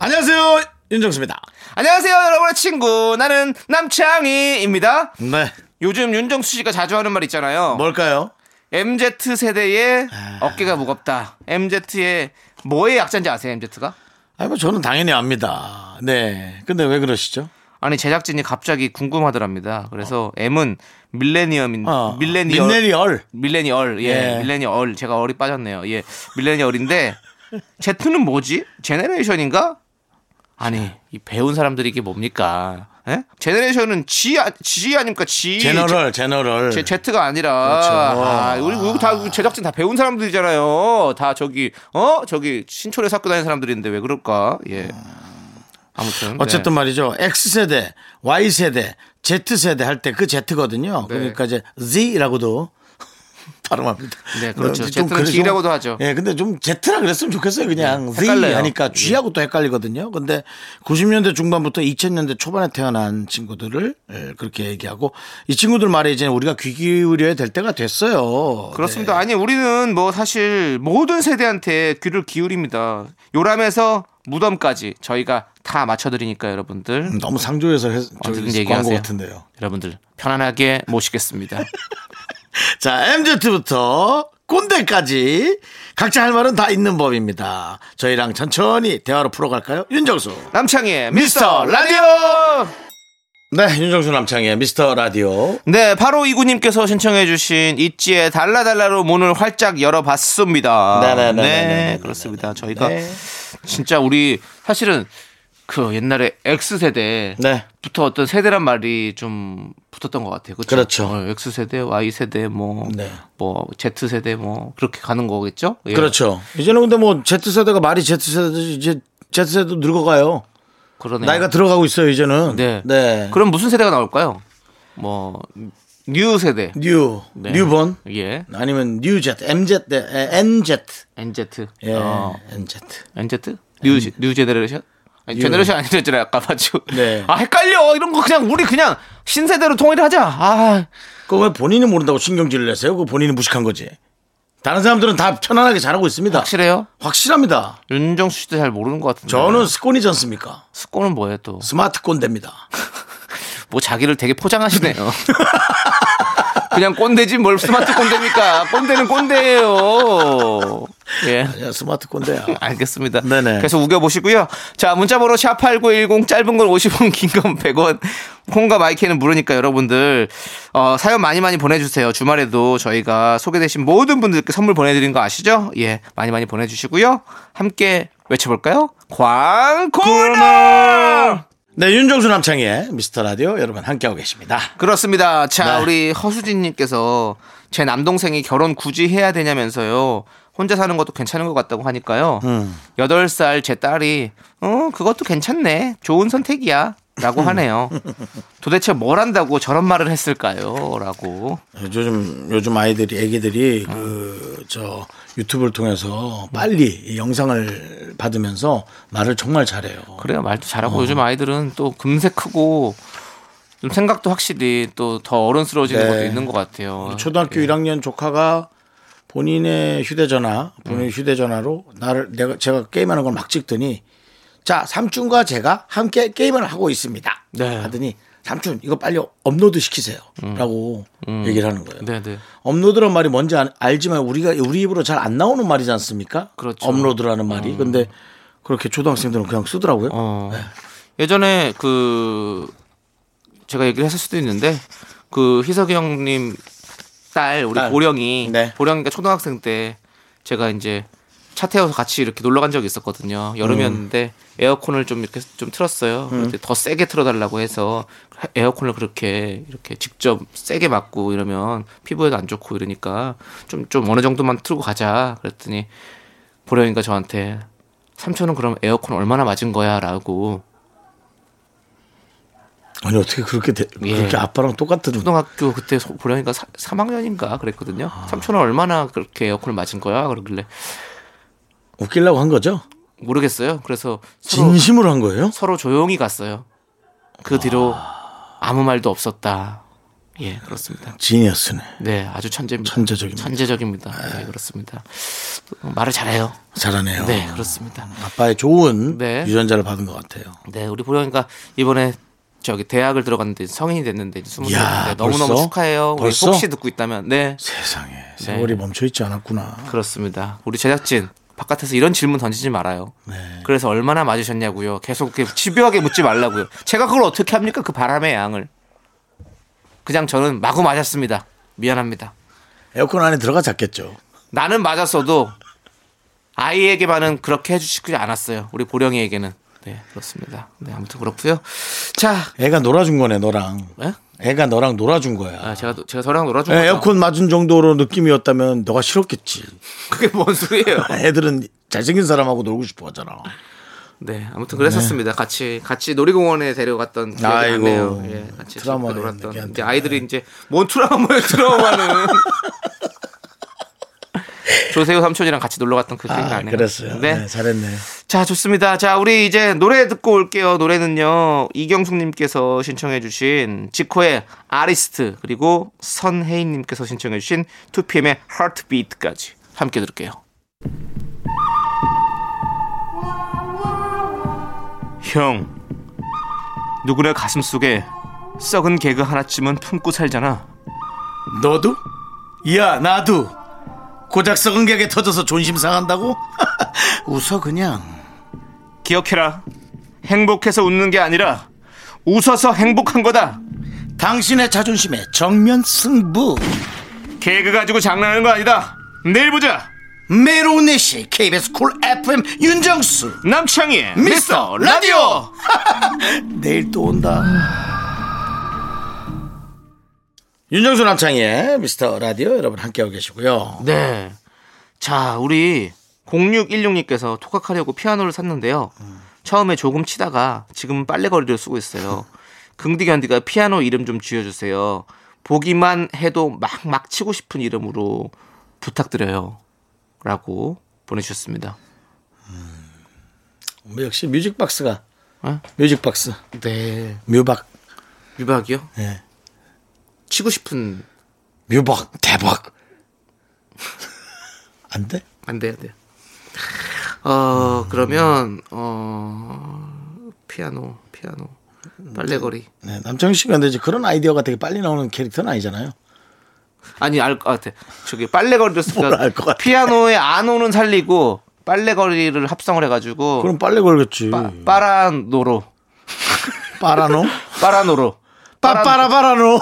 안녕하세요 윤정수입니다. 안녕하세요, 여러분의 친구. 나는 남창희입니다. 네 요즘 윤정수 씨가 자주 하는 말 있잖아요. 뭘까요? MZ 세대의 어깨가 무겁다. MZ의 뭐의 약자인지 아세요, MZ가? 아뭐 저는 당연히 압니다. 네 근데 왜 그러시죠? 아니 제작진이 갑자기 궁금하더랍니다. 그래서 M은 밀레니엄인 어, 밀레니얼 밀레니얼. 밀레니얼, 예, 예. 밀레니얼 제가 얼이 빠졌네요. 예 밀레니얼인데 Z는 뭐지? 제네레이션인가? 아니 이 배운 사람들이 이게 뭡니까? 예? 제네레이션은 G 아, G 아닙니까 G 제너럴 제너럴. 제, Z가 아니라 네. 그렇죠. 아, 우리, 우리 다 제작진 다 배운 사람들이잖아요. 다 저기 어 저기 신촌에서 학교 다니는 사람들인데 왜 그럴까? 예 아무튼 네. 어쨌든 뭐 말이죠. X세대, Y세대, Z세대 할 때 그 Z거든요. 네. 그러니까 이제 Z라고도 발음합니다. 네, 그렇죠. 좀 Z는 그래서 G라고도 좀- 하죠. 네, 예, 근데 좀 Z라 그랬으면 좋겠어요. 그냥 Z 헷갈려요. 하니까 G하고 또 헷갈리거든요. 근데 90년대 중반부터 2000년대 초반에 태어난 친구들을 예, 그렇게 얘기하고 이 친구들 말에 이제 우리가 귀 기울여야 될 때가 됐어요. 그렇습니다. 아니 우리는 뭐 사실 모든 세대한테 귀를 기울입니다. 요람에서 무덤까지 저희가 다 맞춰드리니까 여러분들 네. 너무 상조해서 해- 저기 어떻게든 광고 아, 얘기하세요. 같은데요. 여러분들 편안하게 모시겠습니다. 자, MZ부터 꼰대까지 각자 할 말은 다 있는 법입니다. 저희랑 천천히 대화로 풀어갈까요? 윤정수. 남창희의 미스터 미스터 라디오. 네, 윤정수 남창의 미스터 라디오. 네, 바로 이구님께서 신청해주신 있지의 달라달라로 문을 활짝 열어봤습니다. 네네네네네. 네, 그렇습니다. 저희가 네. 진짜 우리 사실은 그 옛날에 X 세대 네. 부터 어떤 세대란 말이 좀 붙었던 것 같아요. 그렇죠. 그렇죠. X 세대, Y 세대, 뭐, 네. 뭐 Z 세대, 뭐 그렇게 가는 거겠죠. 예. 그렇죠. 이제는 근데 뭐 Z세대가 말이 Z세대지 이제 Z세대도 늙어가요. 그러네요. 나이가 들어가고 있어요, 이제는. 네. 그럼 무슨 세대가 나올까요? 뭐 뉴 세대, 뉴, 네. 뉴본. 예, 아니면 뉴Z, MZ, 네, 에, NZ. NZ, 예, 어, NZ. NZ, 뉴, 뉴 제네레이션. 음. 아니, 뉴. 제네레이션 아니었잖아요 아까 맞죠? 네. 아 헷갈려 이런 거 그냥 우리 그냥 신세대로 통일하자. 아 그거 왜 본인이 모른다고 신경질을 내세요? 그거 본인이 무식한 거지. 다른 사람들은 다 편안하게 잘하고 있습니다. 확실해요? 확실합니다. 윤정수 씨도 잘 모르는 것 같은데. 저는 스콘이지 않습니까? 스코는 뭐예요 또? 스마트콘 됩니다. 뭐 자기를 되게 포장하시네요. 그냥 꼰대지 뭘 스마트 꼰대입니까? 꼰대는 꼰대예요. 예. 야, 스마트콘데야. 알겠습니다. 네네. 계속 우겨보시고요. 자, 문자번호 샵8910, 짧은 건 50원, 긴 건 100원. 콩과 마이크는 무료니까 여러분들, 어, 사연 많이 많이 보내주세요. 주말에도 저희가 소개되신 모든 분들께 선물 보내드린 거 아시죠? 예, 많이 많이 보내주시고요. 함께 외쳐볼까요? 광코너! 네, 윤정수 남창희의 미스터 라디오 여러분 함께하고 계십니다. 그렇습니다. 자, 네. 우리 허수진님께서 제 남동생이 결혼 굳이 해야 되냐면서요. 혼자 사는 것도 괜찮은 것 같다고 하니까요. 음. 여덟 살 제 딸이 어 그것도 괜찮네, 좋은 선택이야라고 하네요. 도대체 뭘 한다고 저런 말을 했을까요?라고. 요즘 요즘 아이들이 애기들이 그 저 유튜브를 통해서 빨리 이 영상을 받으면서 말을 정말 잘해요. 그래요, 말도 어. 잘하고 요즘 아이들은 또 금세 크고 좀 생각도 확실히 또 더 어른스러워지는 네. 것도 있는 것 같아요. 초등학교 1학년 조카가 본인의 휴대전화, 본인 음. 의 휴대전화로 나를 내가 제가 게임하는 걸 막 찍더니 자 삼촌과 제가 함께 게임을 하고 있습니다. 네. 음. 하더니 삼촌 이거 빨리 업로드 시키세요라고 얘기를 하는 거예요. 네, 네. 업로드란 말이 뭔지 알- 알지만 우리가 우리 입으로 잘 안 나오는 말이지 않습니까? 그렇죠. 업로드라는 말이 근데 그렇게 초등학생들은 그냥 쓰더라고요. 어. 예전에 그 제가 얘기를 했을 수도 있는데 그 희석이 형님 딸 우리 딸. 보령이 네. 보령이가 초등학생 때 제가 이제 차 태워서 같이 이렇게 놀러 간 적이 있었거든요. 여름이었는데 음. 에어컨을 좀 이렇게 좀 틀었어요. 그런데 더 세게 틀어달라고 해서 에어컨을 그렇게 이렇게 직접 세게 맞고 이러면 피부에도 안 좋고 이러니까 좀 좀 어느 정도만 틀고 가자. 그랬더니 보령이가 저한테 삼촌은 그럼 에어컨 얼마나 맞은 거야? 라고 아니 어떻게 그렇게 돼- 예. 그렇게 아빠랑 똑같은 초등학교 그때 소- 보려니까 사, 3학년인가 그랬거든요. 아. 삼촌은 얼마나 그렇게 에어컨을 맞은 거야? 그러길래 웃기려고 한 거죠? 모르겠어요. 그래서 서로 진심으로 한 거예요? 서로 조용히 갔어요. 그 뒤로 아무 말도 없었다. 예, 그렇습니다. 지니어스네. 네, 아주 천재입니다. 천재적입니다. 천재적입니다. 네, 그렇습니다. 또 말을 잘해요. 잘하네요. 네, 그렇습니다. 아빠의 좋은 네. 유전자를 받은 것 같아요. 네, 우리 보영이가 이번에 저기 대학을 들어갔는데 성인이 됐는데 이제 스무 이야, 살인데 너무너무 벌써? 축하해요. 우리 벌써? 혹시 듣고 있다면 네, 세상에 세월이 멈춰 있지 않았구나. 그렇습니다. 우리 제작진 바깥에서 이런 질문 던지지 말아요. 그래서 얼마나 맞으셨냐고요. 계속 그렇게 집요하게 묻지 말라고요. 제가 그걸 어떻게 합니까? 그 바람의 양을. 그냥 저는 마구 맞았습니다. 미안합니다. 에어컨 안에 들어가 잤겠죠. 나는 맞았어도 아이에게만은 그렇게 해주시지 않았어요. 우리 보령이에게는. 네, 그렇습니다. 네, 아무튼 그렇고요. 자, 애가 놀아준 거네 너랑. 예? 애가 너랑 놀아준 거야. 네, 아, 제가 또- 제가 저랑 놀아준 에, 거죠. 에어컨 맞은 정도로 느낌이었다면 너가 싫었겠지. 아, 그게 뭔 소리예요? 애들은 잘생긴 사람하고 놀고 싶어 하잖아. 네, 아무튼 그랬었습니다. 같이 같이 놀이공원에 데려갔던 기억이 아이고, 나네요. 예, 같이 트라우마 즐겁게 놀았던. 얘기한다. 이제 아이들이 이제 뭔 트라우마에 트라우마는 조세호 삼촌이랑 같이 놀러 갔던 그 생각 아, 나네요. 그랬어요. 네. 네, 잘했네. 자, 좋습니다. 자, 우리 이제 노래 듣고 올게요. 노래는요. 이경숙 님께서 신청해 주신 지코의 아리스트 그리고 선혜인 님께서 신청해 주신 2PM의 하트비트까지 함께 들을게요. 형. 누구네 가슴 속에 썩은 개그 하나쯤은 품고 살잖아. 너도? 야 나도 고작 썩은 객에 터져서 존심 상한다고? 웃어 그냥 기억해라. 행복해서 웃는 게 아니라 웃어서 행복한 거다. 당신의 자존심에 정면 승부 개그 가지고 장난하는 거 아니다. 내일 보자. 매일 오후 4시 KBS 쿨 FM 윤정수 남창희의 미스터 라디오 내일 또 온다 윤정수 남창희의 미스터 라디오 여러분 함께하고 계시고요 네. 자, 우리 0616님께서 토각하려고 피아노를 샀는데요. 처음에 조금 치다가 지금은 빨래거리로 쓰고 있어요. 긍디견디가 피아노 이름 좀 지어주세요. 보기만 해도 막 막 치고 싶은 이름으로 부탁드려요. 라고 보내주셨습니다. 뭐 역시 뮤직박스가 어? 뮤직박스 네. 뮤박 유박이요? 네. 치고 싶은. 뮤박 대박 안 돼? 안 돼요, 안 돼요. 어, 그러면, 어, 피아노, 피아노. 빨래거리. 네, 남창희 씨가 근데 이제 그런 아이디어가 되게 빨리 나오는 캐릭터는 아니잖아요. 아니 알 것 같아. 저기 빨래거리를 뭘 알것 쓰니까 같아. 피아노에 안 오는 살리고 빨래거리를 합성을 해가지고 아, 그럼 빨래 걸겠지. 빠, 빠라노로 빠라노? 빠라노로 빠빠라빠라노.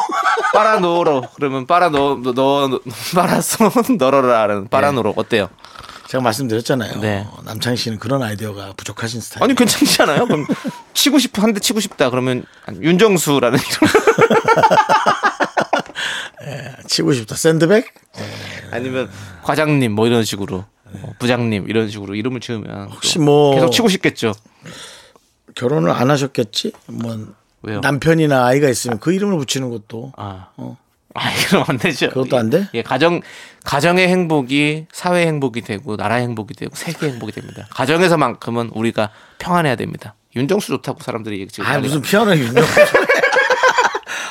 빠라노로 그러면 빠라노 너너 빠라소 너러라는 예. 빠라노로 어때요? 제가 말씀드렸잖아요. 네. 남창희 씨는 그런 아이디어가 부족하신 스타일. 아니 괜찮지 않아요? 그럼 치고 싶어 한 대 치고 싶다 그러면 아니, 윤정수라는 이름 치고 싶다. 샌드백? 아니면 과장님 뭐 이런 식으로 어, 부장님 이런 식으로 이름을 지으면 혹시 또 뭐- 계속 치고 싶겠죠? 결혼을 안 하셨겠지? 뭐 왜요? 남편이나 아이가 있으면 그 이름을 붙이는 것도 아. 어. 아, 그럼 안 되죠. 그것도 안 돼? 예, 가정 가정의 행복이 사회 행복이 되고 나라 행복이 되고 세계 행복이 됩니다. 가정에서만큼은 우리가 평안해야 됩니다. 윤정수 좋다고 사람들이 얘기 지금 아 난리가- 무슨 피아노 윤정수.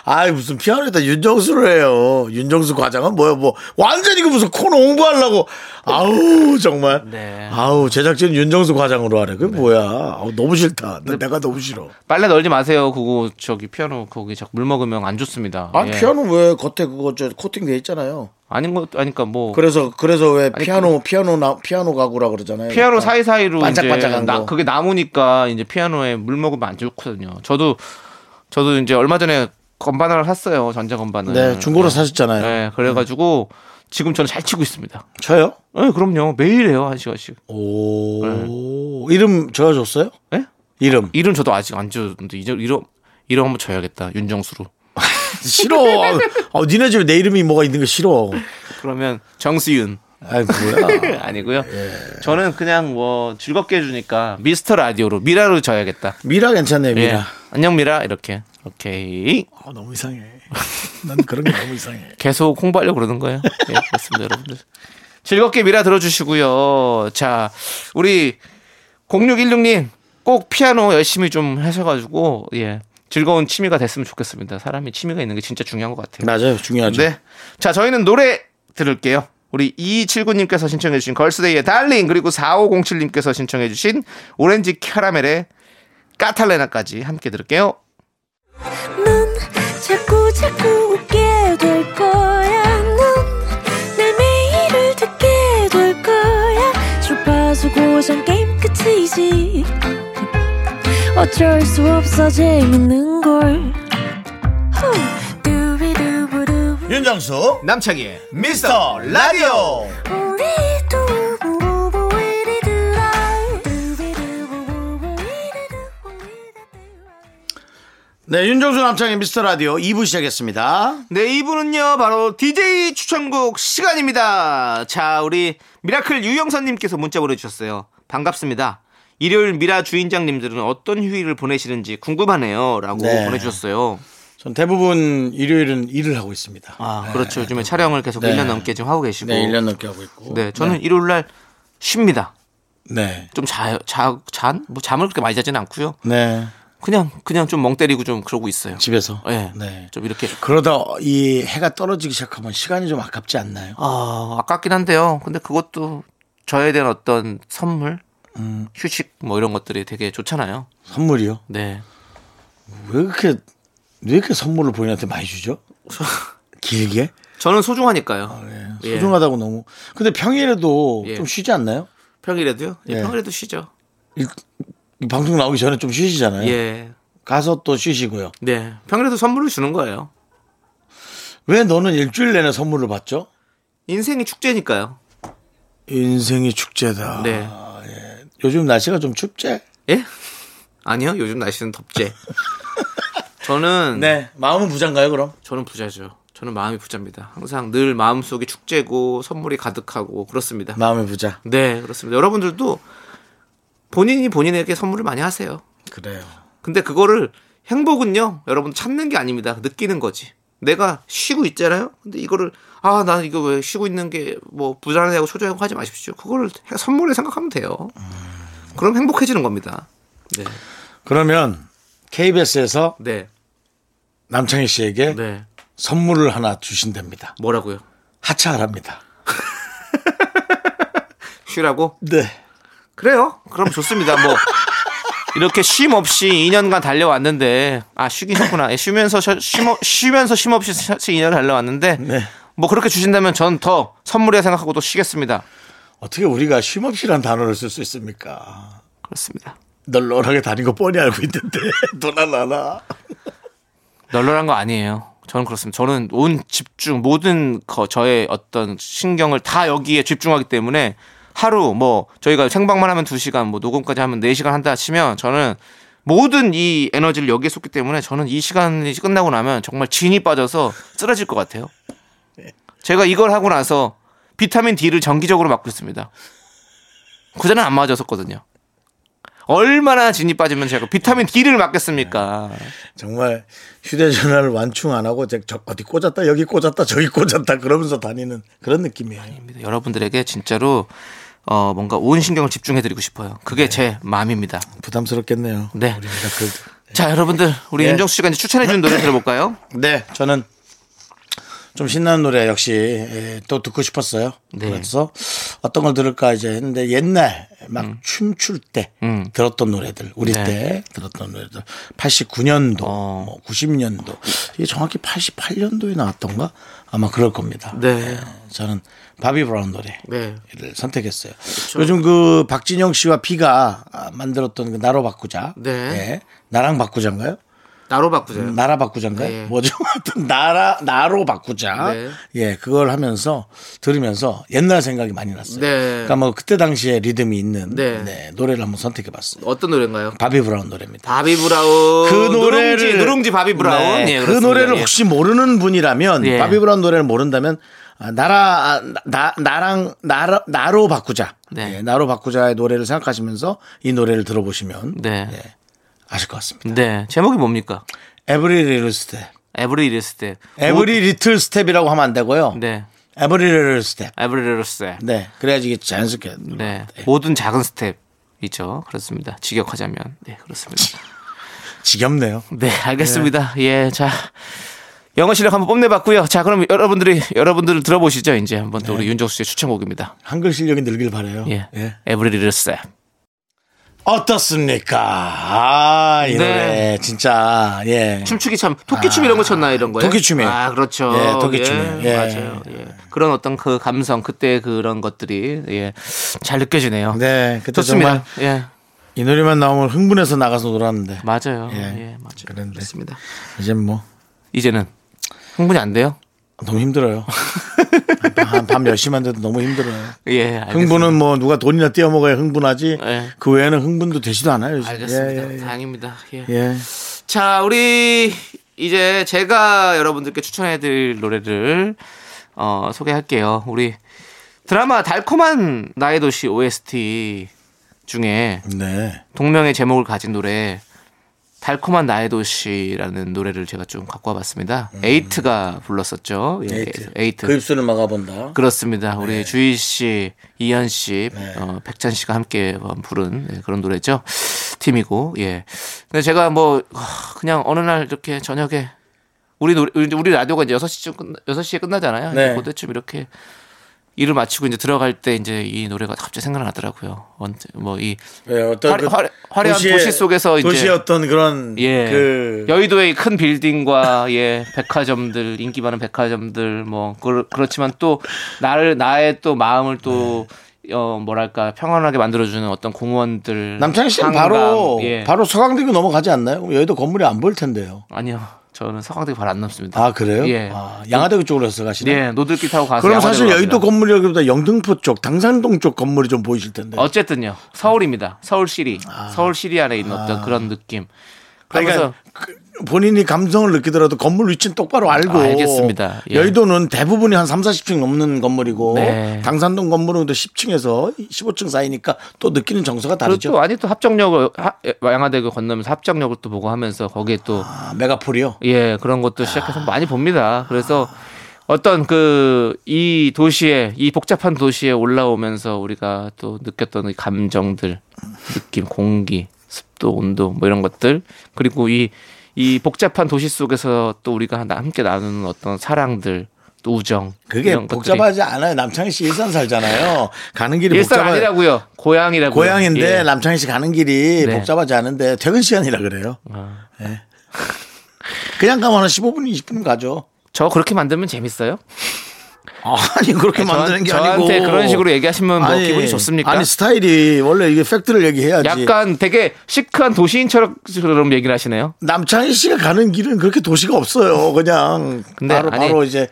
아 무슨 피아노에다 윤정수를 해요. 윤정수 과장은 뭐야 뭐 완전히 그 무슨 코너 홍보하려고. 아우 정말. 네. 아우 제작진 윤정수 과장으로 하래. 그게 뭐야. 아우, 너무 싫다. 나- 내가 너무 싫어. 빨래 널지 마세요. 그거 저기 피아노 거기 자꾸 물 먹으면 안 좋습니다. 아 예. 피아노 왜 겉에 그거 저 코팅 돼 있잖아요. 아닌 것 아니까 뭐 그래서 그래서 왜 피아노 피아노 나 피아노 가구라 그러잖아요. 피아노 약간 사이사이로 그러니까 이제 반짝반짝한 나, 거. 그게 나무니까 이제 피아노에 물 먹으면 안 좋거든요. 저도 저도 이제 얼마 전에 건반을 샀어요. 전자 건반을. 네 중고로 예. 사셨잖아요. 네, 그래가지고 지금 저는 잘 치고 있습니다. 저요? 네, 그럼요. 매일 해요. 한 시간씩. 오 이름 적어줬어요? 예? 이름 이름 저도 아직 안 지었는데 이제 이름 이름 한번 줘야겠다. 윤정수로. 싫어. 아, 니네 집에 내 이름이 뭐가 있는 거 싫어. 그러면 정수윤 아이 뭐야. 아니고요. 예. 저는 그냥 뭐 즐겁게 해주니까 미스터 라디오로 미라로 줘야겠다. 미라 괜찮네 요 예. 미라. 안녕 미라 이렇게. 오케이. 아, 너무 이상해. 난 그런 게 너무 이상해. 계속 홍보하려고 그러는 거예요. 예, 그렇습니다, 여러분들. 즐겁게 미라 들어주시고요. 자, 우리 0616님 꼭 피아노 열심히 좀 하셔가지고, 예. 즐거운 취미가 됐으면 좋겠습니다. 사람이 취미가 있는 게 진짜 중요한 것 같아요. 맞아요. 중요하죠. 네. 자, 저희는 노래 들을게요. 우리 2279님께서 신청해주신 걸스데이의 달링, 그리고 4507님께서 신청해주신 오렌지 캐러멜의 까탈레나까지 함께 들을게요. 넌 자꾸 자꾸 웃게 될 거야. 넌내 매일을 듣게 될 거야. 주파수 고정 게임 끝이지. 어쩔 수 없어 재밌는 걸. 후. 두비두부두. 윤정수 남창희의 미스터 라디오 우리 두부부부 우리 두라. 두비두부부부 우리 두부 우리 두라. 네, 윤정수 남창의 미스터 라디오 2부 시작했습니다. 네, 이분은요, 바로 DJ 추천곡 시간입니다. 자, 우리 미라클 유영선님께서 문자 보내주셨어요. 반갑습니다. 일요일 미라 주인장님들은 어떤 휴일을 보내시는지 궁금하네요. 라고 네. 보내주셨어요. 전 대부분 일요일은 일을 하고 있습니다. 아, 그렇죠. 요즘에 촬영을 계속 네. 1년 넘게 지금 하고 계시고. 네, 1년 넘게 하고 있고. 네, 저는 일요일 날 쉽니다. 네. 좀 자요. 자, 잔? 뭐 잠을 그렇게 많이 자진 않고요. 네. 그냥 그냥 좀 멍 때리고 좀 그러고 있어요. 집에서. 예. 네. 좀 이렇게 그러다 이 해가 떨어지기 시작하면 시간이 좀 아깝지 않나요? 아, 아깝긴 한데요. 근데 그것도 저에 대한 어떤 선물, 음. 휴식 뭐 이런 것들이 되게 좋잖아요. 선물이요? 네. 왜 이렇게 왜 이렇게 선물을 본인한테 많이 주죠? 길게? 저는 소중하니까요. 예. 아, 소중하다고 너무. 근데 평일에도 예. 좀 쉬지 않나요? 평일에도요? 예, 예. 평일에도 쉬죠. 이, 이 방송 나오기 전에 좀 쉬시잖아요. 예. 가서 또 쉬시고요. 네. 평일에도 선물을 주는 거예요. 왜 너는 일주일 내내 선물을 받죠? 인생이 축제니까요. 인생이 축제다. 네. 요즘 날씨가 좀 춥제? 예? 아니요. 요즘 날씨는 덥제. 저는 네. 마음은 부잔가요, 그럼? 저는 부자죠. 저는 마음이 부자입니다. 항상 늘 마음속에 축제고 선물이 가득하고 그렇습니다. 마음의 부자. 네, 그렇습니다. 여러분들도 본인이 본인에게 선물을 많이 하세요. 그래요. 근데 그거를 행복은요, 여러분 찾는 게 아닙니다. 느끼는 거지. 내가 쉬고 있잖아요. 근데 이거를 아, 나 이거 왜 쉬고 있는 게 뭐 부자라고 초조하고 하지 마십시오. 그거를 해- 선물에 생각하면 돼요. 그럼 행복해지는 겁니다. 네. 그러면 KBS에서 네. 남창희 씨에게 네. 선물을 하나 주신답니다. 뭐라고요? 하차하랍니다. 쉬라고? 네. 그래요. 그럼 좋습니다. 뭐 이렇게 쉼 없이 2년간 달려왔는데 아 쉬긴 쉬구나. 예, 쉬면서 쉬, 쉬, 쉬면서 쉼 없이 2년을 달려왔는데 네. 뭐 그렇게 주신다면 전 더 선물이라 생각하고 또 쉬겠습니다. 어떻게 우리가 쉼없이란 단어를 쓸 수 있습니까? 그렇습니다. 널널하게 다닌 거 뻔히 알고 있는데 도날라나 널널한 거 아니에요. 저는 그렇습니다. 저는 온 집중 모든 거, 저의 어떤 신경을 다 여기에 집중하기 때문에 하루 뭐 저희가 생방만 하면 2시간 뭐 녹음까지 하면 4시간 한다 치면 저는 모든 이 에너지를 여기에 쏟기 때문에 저는 이 시간이 끝나고 나면 정말 진이 빠져서 쓰러질 것 같아요. 제가 이걸 하고 나서 비타민 D를 정기적으로 맞고 있습니다. 그전엔 안 맞았었거든요. 얼마나 진이 빠지면 제가 비타민 D를 맞겠습니까? 정말 휴대전화를 완충 안 하고 저- 저 어디 꽂았다 여기 꽂았다 저기 꽂았다 그러면서 다니는 그런 느낌이에요. 있습니다. 여러분들에게 진짜로 어, 뭔가 온 신경을 집중해드리고 싶어요. 그게 제 마음입니다. 부담스럽겠네요. 네. 우리 미라클. 자, 여러분들 우리 윤정수 씨가 이제 추천해준 노래 들어볼까요? 네, 저는 좀 신나는 노래 역시 예, 또 듣고 싶었어요. 네. 그래서 어떤 걸 들을까 이제 했는데 옛날 막 춤출 때 음. 들었던 노래들, 우리 네. 때 들었던 노래들, 89년도, 어. 뭐 90년도, 이게 정확히 88년도에 나왔던가 아마 그럴 겁니다. 예, 네. 저는 바비 브라운 노래. 네. 를 선택했어요. 요즘 그 박진영 씨와 비가 아, 만들었던 그 나로 바꾸자. 네. 예. 나랑 바꾸자인가요? 나로 바꾸세요. 나라 바꾸자인가요? 네. 뭐죠? 하여튼 나라 나로 바꾸자. 네. 예, 그걸 하면서 들으면서 옛날 생각이 많이 났어요. 네. 그러니까 뭐 그때 당시에 리듬이 있는 네. 네, 노래를 한번 선택해 봤어요. 어떤 노래인가요? 바비 브라운 노래입니다. 바비 브라운. 그 노래를 어, 누룽지, 누룽지 바비 브라운. 네, 예, 그 그렇습니다. 노래를 예. 혹시 모르는 분이라면 예. 바비 브라운 노래를 모른다면 아, 나라 아, 나 나랑 나라 나로 바꾸자. 네. 예, 나로 바꾸자의 노래를 생각하시면서 이 노래를 들어보시면 네. 예, 아실 것 같습니다. 네. 제목이 뭡니까? 에브리 리틀 스텝. 에브리 리스 텝. 에브리 리틀 스텝이라고 하면 안 되고요. 네. 에브리 리틀 스텝. 에브리 리스 텝. 네. 그래야지 이게 자연스럽게. 네. 모든 작은 스텝이죠. 그렇습니다. 직역하자면. 네, 그렇습니다. 지겹네요. 네, 알겠습니다. 예, 자. 영어 실력 한번 뽐내봤고요. 자, 그럼 여러분들이 여러분들 들어보시죠. 이제 한번 또 우리 윤정수 씨의 추천곡입니다. 한글 실력이 늘길 바래요. 예, 네. 예. 에브리 리스 텝. 어떻습니까? 아, 이 네. 노래 진짜 예. 춤추기 참 토끼춤 이런 거 쳤나 이런 거예요? 아, 토끼춤이에요. 아 그렇죠. 예, 토끼춤이에요. 예. 맞아요. 예. 그런 어떤 그 감성 그때 그런 것들이 예. 잘 느껴지네요. 네, 그때 좋습니다. 정말 예 이 노래만 나오면 흥분해서 나가서 놀았는데 맞아요. 예. 예, 맞아요. 그런데. 그렇습니다. 이제 뭐 이제는 흥분이 안 돼요? 너무 힘들어요. 한밤 10시만 돼도 너무 힘들어요. 예 알겠습니다. 흥분은 뭐 누가 돈이나 띄워 먹어야 흥분하지. 예. 그 외에는 흥분도 되지도 않아요. 요즘. 알겠습니다. 예, 다행입니다. 예. 예, 예. 자 우리 이제 제가 여러분들께 추천해드릴 노래를 어, 소개할게요. 우리 드라마 달콤한 나의 도시 OST 중에 예. 네. 동명의 제목을 가진 노래 달콤한 나의 도시라는 노래를 제가 좀 갖고 와봤습니다. 에이트가 불렀었죠. 예, 음. 에이트. 에이트. 그 입술을 그렇죠. 막아본다. 그렇습니다. 우리 주희 씨, 이현 씨, 어, 백찬 씨가 함께 어, 부른 예, 그런 노래죠. 팀이고, 예. 근데 제가 뭐, 하, 그냥 어느 날 이렇게 저녁에 우리 노래, 우리- 우리 라디오가 이제 6시쯤 끝나, 6시에 끝나잖아요. 네. 그때쯤 이렇게 일을 마치고 이제 들어갈 때 이제 이 노래가 갑자기 생각나더라고요. 언제, 뭐, 이 예, 어떤 화려- 화려- 화려한 도시 속에서 이제- 도시의 어떤 그런 예. 그 여의도의 큰 빌딩과 예 백화점들 인기 많은 백화점들 뭐 그, 렇지만또 나를 나의 또 마음을 또 어, 뭐랄까 평안하게 만들어주는 어떤 공원들 네. 남창희 씨는 한강, 바로 예. 바로 서강대교 넘어가지 않나요? 그럼 여의도 건물이 안 보일 텐데요. 아니요 저는 서강대교 바로 안 넘습니다. 아 그래요? 예. 아, 양화대교 쪽으로 해서 가시나요? 예 노들길 타고 가서 그럼 양화대교 사실 갑니다. 여의도 건물이라기보다 영등포 쪽, 당산동 쪽 건물이 좀 보이실 텐데. 어쨌든요 서울입니다. 서울시리 서울시리 안에 있는 어떤 그런 느낌. 그러면서 아. 그러니까 그 본인이 감성을 느끼더라도 건물 위치는 똑바로 알고. 아, 알겠습니다. 예. 여의도는 대부분이 한 3, 40층 넘는 건물이고 네. 당산동 건물은 또 10층에서 15층 사이니까 또 느끼는 정서가 그리고 다르죠. 또 아니 또 합정역을 하- 예, 양화대교 건너면서 합정역을 또 보고 하면서 거기에 또 아, 메가폴이요. 예, 그런 것도 시작해서 아. 많이 봅니다. 그래서 어떤 그 이 도시에 이 복잡한 도시에 올라오면서 우리가 또 느꼈던 이 감정들, 느낌, 공기, 습도, 온도 뭐 이런 것들 그리고 이 이 복잡한 도시 속에서 또 우리가 나- 함께 나누는 어떤 사랑들, 또 우정 그게 이런 것들이 복잡하지 않아요. 남창희 씨 일산 살잖아요. 가는 길이 일상 복잡해. 아니라고요, 예. 고향이라고 고향인데 남창희 씨 가는 길이 네. 아. 복잡하지 않은데 퇴근 시간이라 그래요. 예. 그냥 가면 한 15분, 20분 가죠. 저 그렇게 만들면 재밌어요? 아니 그렇게 아니, 만드는 게 저한- 아니고 저한테 그런 식으로 얘기하시면 뭐 기분이 좋습니까? 아니 스타일이 원래 이게 팩트를 얘기해야지. 약간 되게 시크한 도시인처럼 얘기를 하시네요. 남창희 씨가 가는 길은 그렇게 도시가 없어요. 그냥 근데 바로 아니, 바로 이제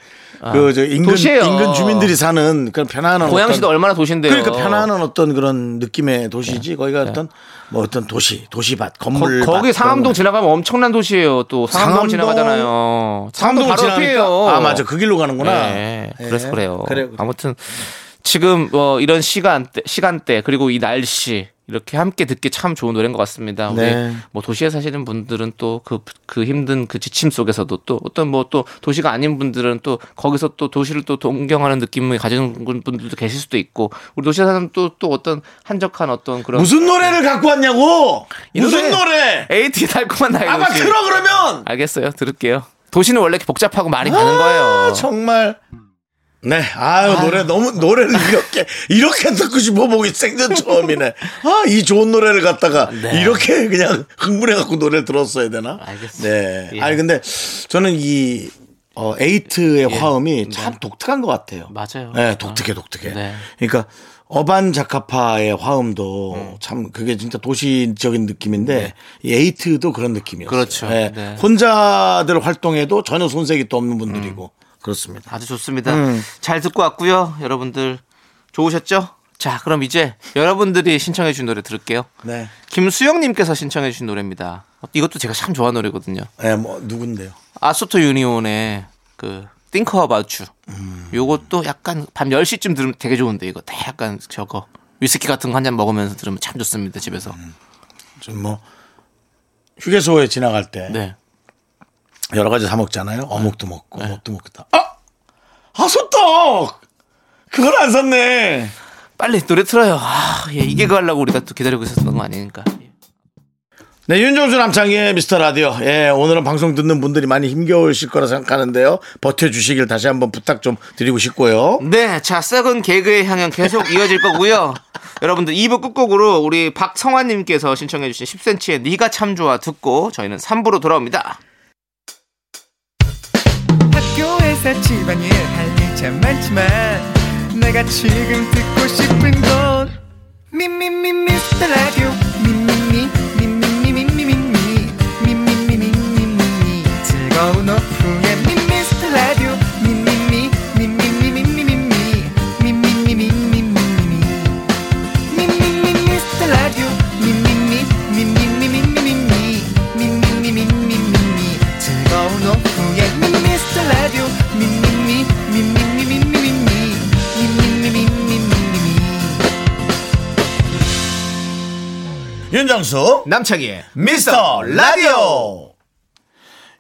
그 저 인근 도시예요. 인근 주민들이 사는 그런 편안한 고양시도 어떤- 얼마나 도시인데요. 네. 그러니까 편안한 어떤 그런 느낌의 도시지 거기가 어떤 뭐 어떤 도시 도시밭 건물 거, 기 상암동 지나가면 엄청난 도시예요. 또 상암동 상암동- 지나가잖아요. 상암동 상암동 바로 옆이에요. 지나요. 아 맞아 그 길로 가는구나. 네, 예. 그래서 그래요. 그래요. 아무튼 지금 뭐 이런 시간대, 시간대 그리고 이 날씨 이렇게 함께 듣기 참 좋은 노래인 것 같습니다. 우리 네. 뭐 도시에 사시는 분들은 또 그 그 힘든 그 지침 속에서도 또 어떤 뭐 또 도시가 아닌 분들은 또 거기서 또 도시를 또 동경하는 느낌을 가지는 분들도 계실 수도 있고 우리 도시에 사는 또 또 어떤 한적한 어떤 그런 무슨 노래를 갖고 왔냐고. 이 무슨 노래- 노래? 에이티 달콤한 나의 아마 도시. 틀어 그러면. 알겠어요. 들을게요. 도시는 원래 이렇게 복잡하고 많이 가는 거예요. 아, 정말. 네, 아유, 노래 너무 노래를 이렇게 이렇게 듣고 싶어 보기 생전 처음이네. 아, 이 좋은 노래를 갖다가 이렇게 그냥 흥분해 갖고 노래를 들었어야 되나? 네. 알겠어요. 네, 예. 아니 근데 저는 이 어, 에이트의 화음이 참 독특한 것 같아요. 예. 네. 맞아요. 네, 독특해, 독특해. 네. 그러니까 어반 자카파의 화음도 참 그게 진짜 도시적인 느낌인데 이 에이트도 그런 느낌이었어요. 네. 그렇죠. 예, 네. 혼자들 활동해도 전혀 손색이 또 없는 분들이고 음. 그렇습니다. 아주 좋습니다. 잘 듣고 왔고요. 여러분들 좋으셨죠? 자, 그럼 이제 여러분들이 신청해 주신 노래 들을게요. 네, 김수영 님께서 신청해 주신 노래입니다. 이것도 제가 참 좋아하는 노래거든요. 예, 뭐 누군데요? 아소토 유니온의 그 Think About You. 요것도 약간 밤 10시쯤 들으면 되게 좋은데 이거 다 약간 저거 위스키 같은 거 한 잔 먹으면서 들으면 참 좋습니다. 집에서. 좀 뭐 휴게소에 지나갈 때 네. 여러 가지 사 먹잖아요. 어묵도 먹고, 어묵도 먹겠다. 아! 아, 소떡! 그걸 안 샀네! 빨리 노래 틀어요. 아, 예, 이게 그 하려고 우리가 또 기다리고 있었던 거 아니니까. 예. 네, 윤정수 남창희의 미스터 라디오. 예, 오늘은 방송 듣는 분들이 많이 힘겨우실 거라 생각하는데요. 버텨주시길 다시 한번 부탁 좀 드리고 싶고요. 네, 자, 썩은 개그의 향연 계속 이어질 거고요. 여러분들 2부 끝곡으로 우리 박성환님께서 신청해주신 10cm의 네가 참 좋아 듣고 저희는 3부로 돌아옵니다. 학교에서 집안일 할 일 참 많지만 내가 지금 듣고 싶은 건 미미미 미스터 라디오 미미미 미미미 미미미 미미미 미미미 즐거운 오후에 미스터 라디오 미미미 미미미 미미미 미미미 미미미 윤정수 남창희의 미스터 라디오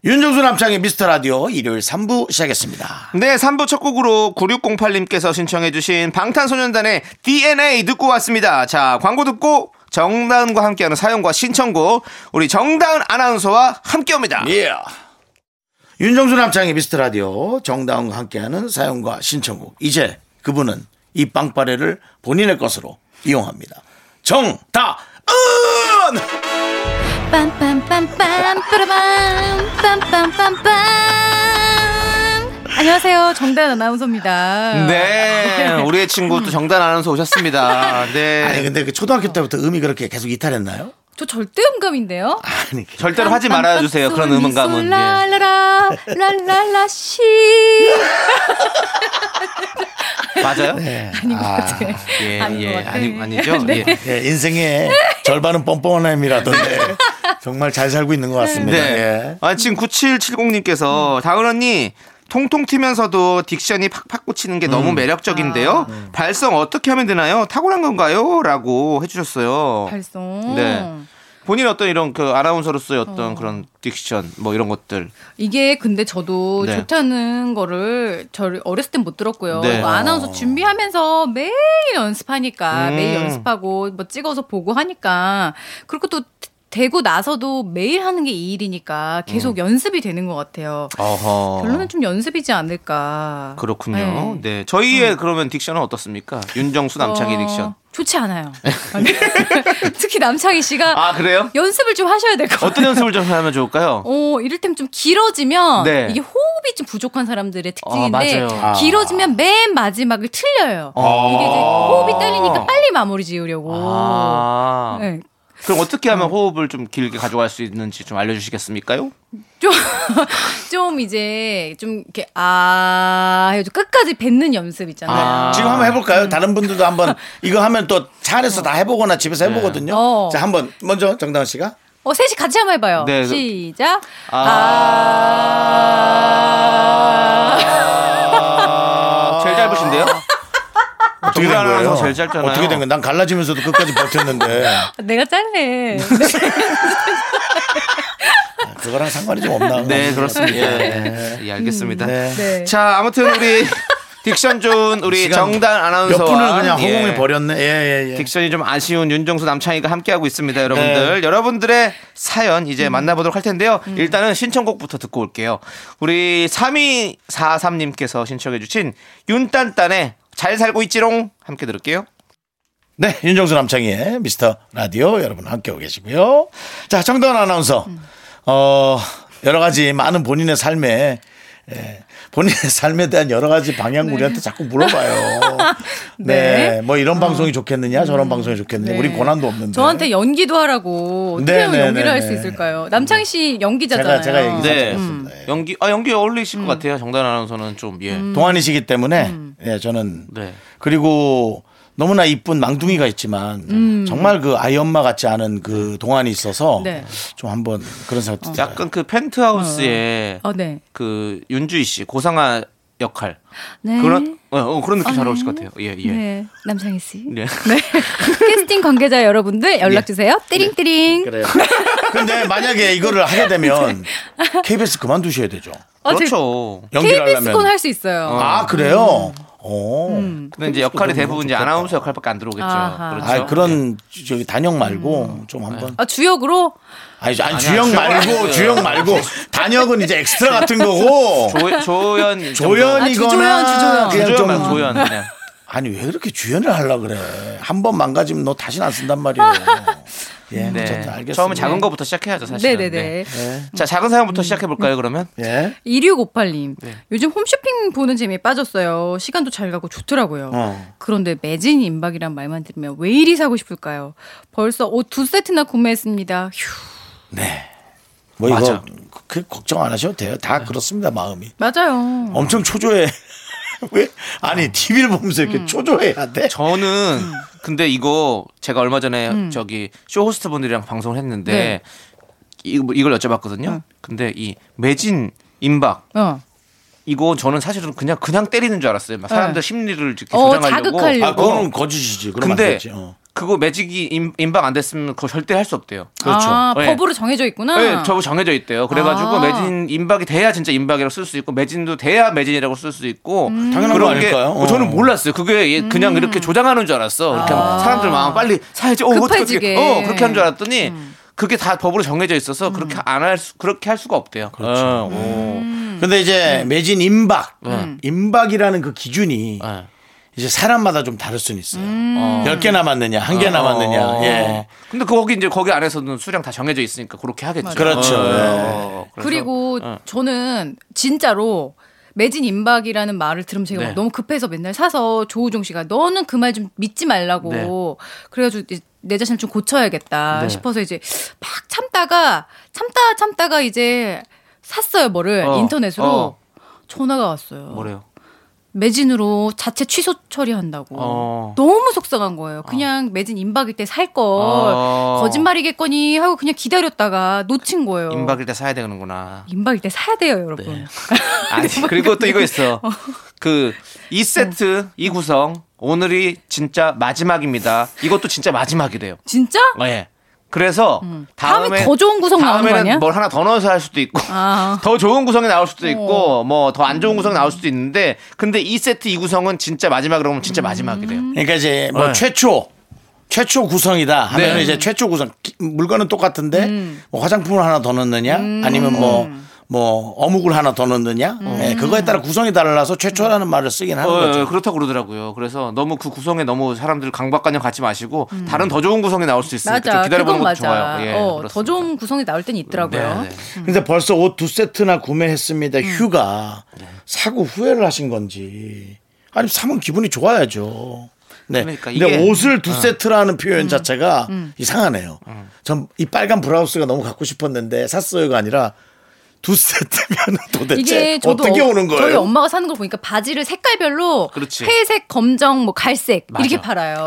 윤정수 남창희 미스터 라디오 일요일 3부 시작했습니다. 네, 3부 첫 곡으로 9608님께서 신청해주신 방탄소년단의 DNA 듣고 왔습니다. 자, 광고 듣고 정다은과 함께하는 사연과 신청곡 우리 정다은 아나운서와 함께합니다. 예. 윤정수 남창희 미스터 라디오 정다운과 함께하는 사연과 신청곡. 이제 그분은 이 빵빠레를 본인의 것으로 이용합니다. 정다은! 빰빰빰빰 빠라밤 빰빰빰빰 안녕하세요 정다은 아나운서입니다 네, 우리의 친구 또 정다은 아나운서 오셨습니다. 네, 아니, 근데 그 초등학교 때부터 음이 그렇게 계속 이탈했나요? 저 절대 음감인데요 아니, 그- 절대로 하지 말아주세요. 그런 음감은. 예. 랄라라 랄랄라 시 맞아요? 아닌 것 같아 예, 아닌 예. 것 같아 아니, 아니죠? 네. 예. 예, 인생의 절반은 뻔뻔함이라던데 정말 잘 살고 있는 것 같습니다. 네. 예. 아, 지금 9770님께서 다은 언니 통통 튀면서도 딕션이 팍팍 꽂히는 게 너무 아. 매력적인데요. 발성 어떻게 하면 되나요? 탁월한 건가요? 라고 해주셨어요. 발성 네. 본인 어떤 이런 그 아나운서로서의 어떤 그런 딕션 뭐 이런 것들. 이게 네, 근데 저도 네. 좋다는 거를 저를 어렸을 땐 못 들었고요. 네. 뭐 아나운서 준비하면서 매일 연습하니까 음. 매일 연습하고 뭐 찍어서 보고 하니까 그리고 또 되고 나서도 매일 하는 게 이 일이니까 계속 연습이 되는 것 같아요. 음. 어허. 결론은 좀 연습이지 않을까. 그렇군요. 네. 네. 저희의 그러면 딕션은 어떻습니까? 윤정수 남창희 어, 딕션. 좋지 않아요. 아니, 특히 남창희 씨가 아, 그래요? 연습을 좀 하셔야 될 것 같아요. 어떤 연습을 좀 하면 좋을까요? 어, 이를테면 좀 길어지면 네. 이게 호흡이 좀 부족한 사람들의 특징인데 어, 맞아요. 길어지면 맨 마지막을 틀려요. 이게 이제 호흡이 딸리니까 빨리 마무리 지으려고. 아. 네. 그럼 어떻게 음. 하면 호흡을 좀 길게 가져갈 수 있는지 좀 알려주시겠습니까요? 좀, 좀 이제 좀 이렇게 아 해서 끝까지 뱉는 연습 있잖아요. 지금 한번 해볼까요? 다른 분들도 한번 이거 하면 또 차 안에서 다 해보거나 집에서 네. 해보거든요. 어. 자, 한번 먼저 정다은 씨가 어 셋이 같이 한번 해봐요. 네. 시작. 아. 아. 아, 제일 짧으신데요? 어떻게 된 동물 거예요? 아나운서 제일 짧잖아요. 어떻게 된 거예요? 난 갈라지면서도 끝까지 버텼는데 내가 네, 짤래. 그거랑 상관이 좀 없나? 네, 그렇습니다. 예, 예, 알겠습니다. 음, 네. 자, 아무튼 우리 딕션 좋은 우리 시간 정단 몇 아나운서와 분을 그냥 허공에 예, 버렸네. 예, 예, 예. 딕션이 좀 아쉬운 윤정수 남창희가 함께하고 있습니다, 네. 여러분들. 여러분들의 사연 이제 음. 만나보도록 할 텐데요. 일단은 신청곡부터 듣고 올게요. 우리 3243님께서 신청해주신 윤딴딴의 잘 살고 있지롱 함께 들을게요. 네, 윤정수 남창희의 미스터 라디오 여러분 함께하고 계시고요. 자, 정다은 아나운서. 음. 어, 여러 가지 많은 본인의 삶에 예, 본인의 삶에 대한 여러 가지 방향 우리한테 자꾸 물어봐요. 네. 네. 음. 뭐 이런 방송이 좋겠느냐, 저런 방송이 좋겠느냐. 우리 고난도 없는데. 저한테 연기도 하라고 어떻게 네, 하면 네, 연기를 네, 할 수 네. 있을까요? 남창희 씨 연기자잖아요. 제가 제가 얘기 네. 네. 음. 습니다 연기 아 연기 어울리실 것 같아요. 정단 아나운서는 좀 예. 음. 동안이시기 때문에 예, 저는 네. 그리고 너무나 이쁜 망둥이가 있지만 정말 그 아이 엄마 같지 않은 그 동안이 있어서 음. 네. 좀 한번 그런 생각도 들어요. 약간 그 펜트하우스의 어, 네. 그 윤주희 씨 고상아 역할 네. 그런 어, 어, 그런 느낌 잘 어울리실 것 같아요. 예 예. 네. 남창희 씨. 네. 네. 캐스팅 관계자 여러분들 연락 주세요. 띠링띠링. 예. 그래요. 근데 만약에 이거를 하게 되면 KBS 그만두셔야 되죠. 어, 제 그렇죠. 연기를 하려면. KBS콘 할 수 있어요. 음. 아 그래요? 어. 근데 이제 역할이 대부분 이제 아나운서 역할밖에 안 들어오겠죠. 아하. 음. 그렇죠. 음. 아 그런 저기 단역 말고 좀 한번 아, 주역으로 아니, 아니 아니야, 주역 주역 말고 말고요. 주역 말고 단역은 이제 엑스트라 같은 거고 조, 조연 아, 조연이거나 주조연, 주조연. 그냥 좀 조연만 조연 그냥. 아니 왜 그렇게 주연을 하려 그래? 한 번 망가지면 너 다시는 안 쓴단 말이에요. 예, 네. 어쨌든 알겠습니다. 처음에 작은 거부터 시작해야죠, 사실은. 네네네. 네. 자, 작은 사연부터 시작해 볼까요, 그러면? 예. 2658님. 네. 요즘 홈쇼핑 보는 재미에 빠졌어요. 시간도 잘 가고 좋더라고요. 어. 그런데 매진 임박이란 말만 들으면 왜 이리 사고 싶을까요? 벌써 옷 두 세트나 구매했습니다. 휴. 뭐 이거 맞아. 네. 그 걱정 안 하셔도 돼요. 다 그렇습니다 마음이. 맞아요. 엄청 초조해. 왜? 아니 TV를 보면서 이렇게 초조해야 돼? 저는 음. 근데 이거 제가 얼마 전에 저기 쇼 호스트 분들이랑 방송을 네. 했는데 이, 뭐 이걸 여쭤봤거든요. 음. 근데 이 매진 임박 어. 이거 저는 사실은 그냥 그냥 때리는 줄 알았어요. 막 사람들 심리를 이렇게 네. 어, 조장하려고. 자극하려고. 아 그거는 거짓이지. 그럼 안 근데 되지. 어. 그거 매직이 임, 임박 안 됐으면 그거 절대 할 수 없대요. 그렇죠. 아, 네. 법으로 정해져 있구나. 네, 저거 정해져 있대요. 그래가지고 어. 아. 매진 임박이 돼야 진짜 임박이라고 쓸 수 있고 매진도 돼야 매진이라고 쓸 수 있고 음. 당연한 거 아닐까요? 어. 저는 몰랐어요. 그게 얘 그냥 이렇게 조장하는 줄 알았어. 그렇게 막 사람들 마음 빨리 사야지. 어, 어떡해, 아. 급해지게. 음. 어떡해. 어 그렇게 한 줄 알았더니 그게 다 법으로 정해져 있어서 그렇게 안 할 수 그렇게 할 수가 없대요. 어, 그렇죠. 근데 이제 매진 임박, 임박이라는 그 기준이 이제 사람마다 좀 다를 수는 있어요. 음. 열 개 음. 남았느냐, 한 개 남았느냐. 예. 어. 근데 그 거기 이제 거기 안에서는 수량 다 정해져 있으니까 그렇게 하겠죠. 그렇죠. 어, 그래서- 그리고 저는 진짜로 매진 임박이라는 말을 들으면 제가 네. 막 너무 급해서 맨날 사서 조우종 씨가 너는 그 말 좀 믿지 말라고 네. 그래가지고 이제 내 자신을 좀 고쳐야겠다 네. 싶어서 이제 막 참다가 참다 참다가 이제 샀어요 뭐를 어, 인터넷으로 어. 전화가 왔어요. 뭐래요? 매진으로 자체 취소 처리한다고 어. 아. 너무 속상한 거예요. 그냥 매진 임박일 때 살 걸 어. 거짓말이겠거니 하고 그냥 기다렸다가 놓친 거예요. 임박일 네. 때 사야 되는구나. 임박일 때 사야 돼요, 여러분. 아니 그리고 또 이거 있어. 그 이 세트 이 구성 오늘이 진짜 마지막입니다. 이것도 진짜 마지막이래요. 진짜? 어, 예. 그래서 다음에 다음에 더 좋은 구성 나오는 거 다음에는 아니야? 뭘 하나 더 넣어서 할 수도 있고 아. 어. 음. 더 좋은 구성이 나올 수도 있고 뭐 더 안 좋은 구성이 나올 수도 있는데 근데 이 세트 이 구성은 진짜 마지막이라고 하면 음. 진짜 마지막이래요. 그러니까 이제 뭐 네. 최초 최초 구성이다 하면 네. 이제 최초 구성 기- 물건은 똑같은데 뭐 화장품을 하나 더 넣느냐 아니면 뭐 뭐 어묵을 하나 더 넣느냐 예, 그거에 따라 구성이 달라서 최초라는 말을 쓰긴 하는 어, 거죠. 그렇다고 그러더라고요. 그래서 너무 그 구성에 너무 사람들 강박관념 갖지 마시고 다른 더 좋은 구성이 나올 수 있으니까 좀 음. 맞아. 네, 기다려보는 그건 것도 맞아. 좋아요. 예, 어, 그렇습니다. 더 좋은 구성이 나올 땐 있더라고요. 네, 네. 근데 벌써 옷 두 세트나 구매했습니다. 음. 휴가 네. 사고 후회를 하신 건지 아니 사면 기분이 좋아야죠. 네. 그러니까 근데 이게- 음. 옷을 두 세트라는 표현 자체가 이상하네요. 전 이 빨간 브라우스가 너무 갖고 싶었는데 샀어요가 아니라 두 세트면 도대체 이게 저도 어떻게 어- 오는 거예요? 저희 엄마가 사는 걸 보니까 바지를 색깔별로 그렇지. 회색, 검정, 뭐 갈색 맞아. 이렇게 팔아요.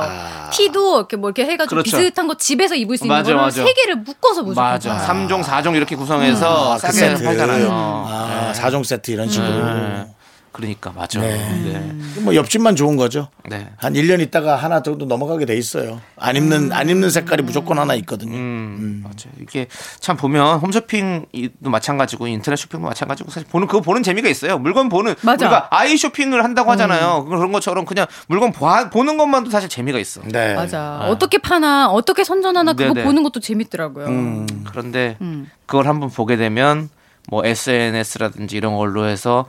티도 이렇게 뭐 이렇게 해가지고 그렇죠. 비슷한 거 집에서 입을 수 있는 맞아, 거를 맞아. 세 개를 묶어서 무조건 맞아. 팔아요. 3종, 4종 이렇게 구성해서 아, 그 싸게 세트. 팔잖아요. 아, 4종 세트 이런 식으로. 네. 그러니까 맞아. 네. 네. 뭐 옆집만 좋은 거죠. 네. 한 1년 있다가 하나 정도 넘어가게 돼 있어요. 안 입는 안 입는 색깔이 무조건 하나 있거든요. 음, 맞아요. 이게 참 보면 홈쇼핑도 마찬가지고 인터넷 쇼핑도 마찬가지고 사실 보는 그거 보는 재미가 있어요. 물건 보는 맞아. 우리가 아이 쇼핑을 한다고 하잖아요. 그런 것처럼 그냥 물건 봐- 보는 것만도 사실 재미가 있어. 네. 맞아. 어떻게 파나, 어떻게 선전하나 그거 네네. 음. 보는 것도 재밌더라고요. 그런데 그걸 한번 보게 되면 뭐 SNS라든지 이런 걸로 해서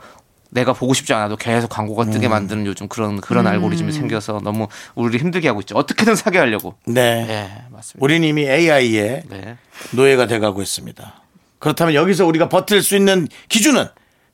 내가 보고 싶지 않아도 계속 광고가 음. 뜨게 만드는 요즘 그런 그런 알고리즘이 생겨서 너무 우리를 힘들게 하고 있죠. 어떻게든 사게 하려고. 네. 네, 맞습니다. 우린 이미 AI의 네. 노예가 돼가고 있습니다. 그렇다면 여기서 우리가 버틸 수 있는 기준은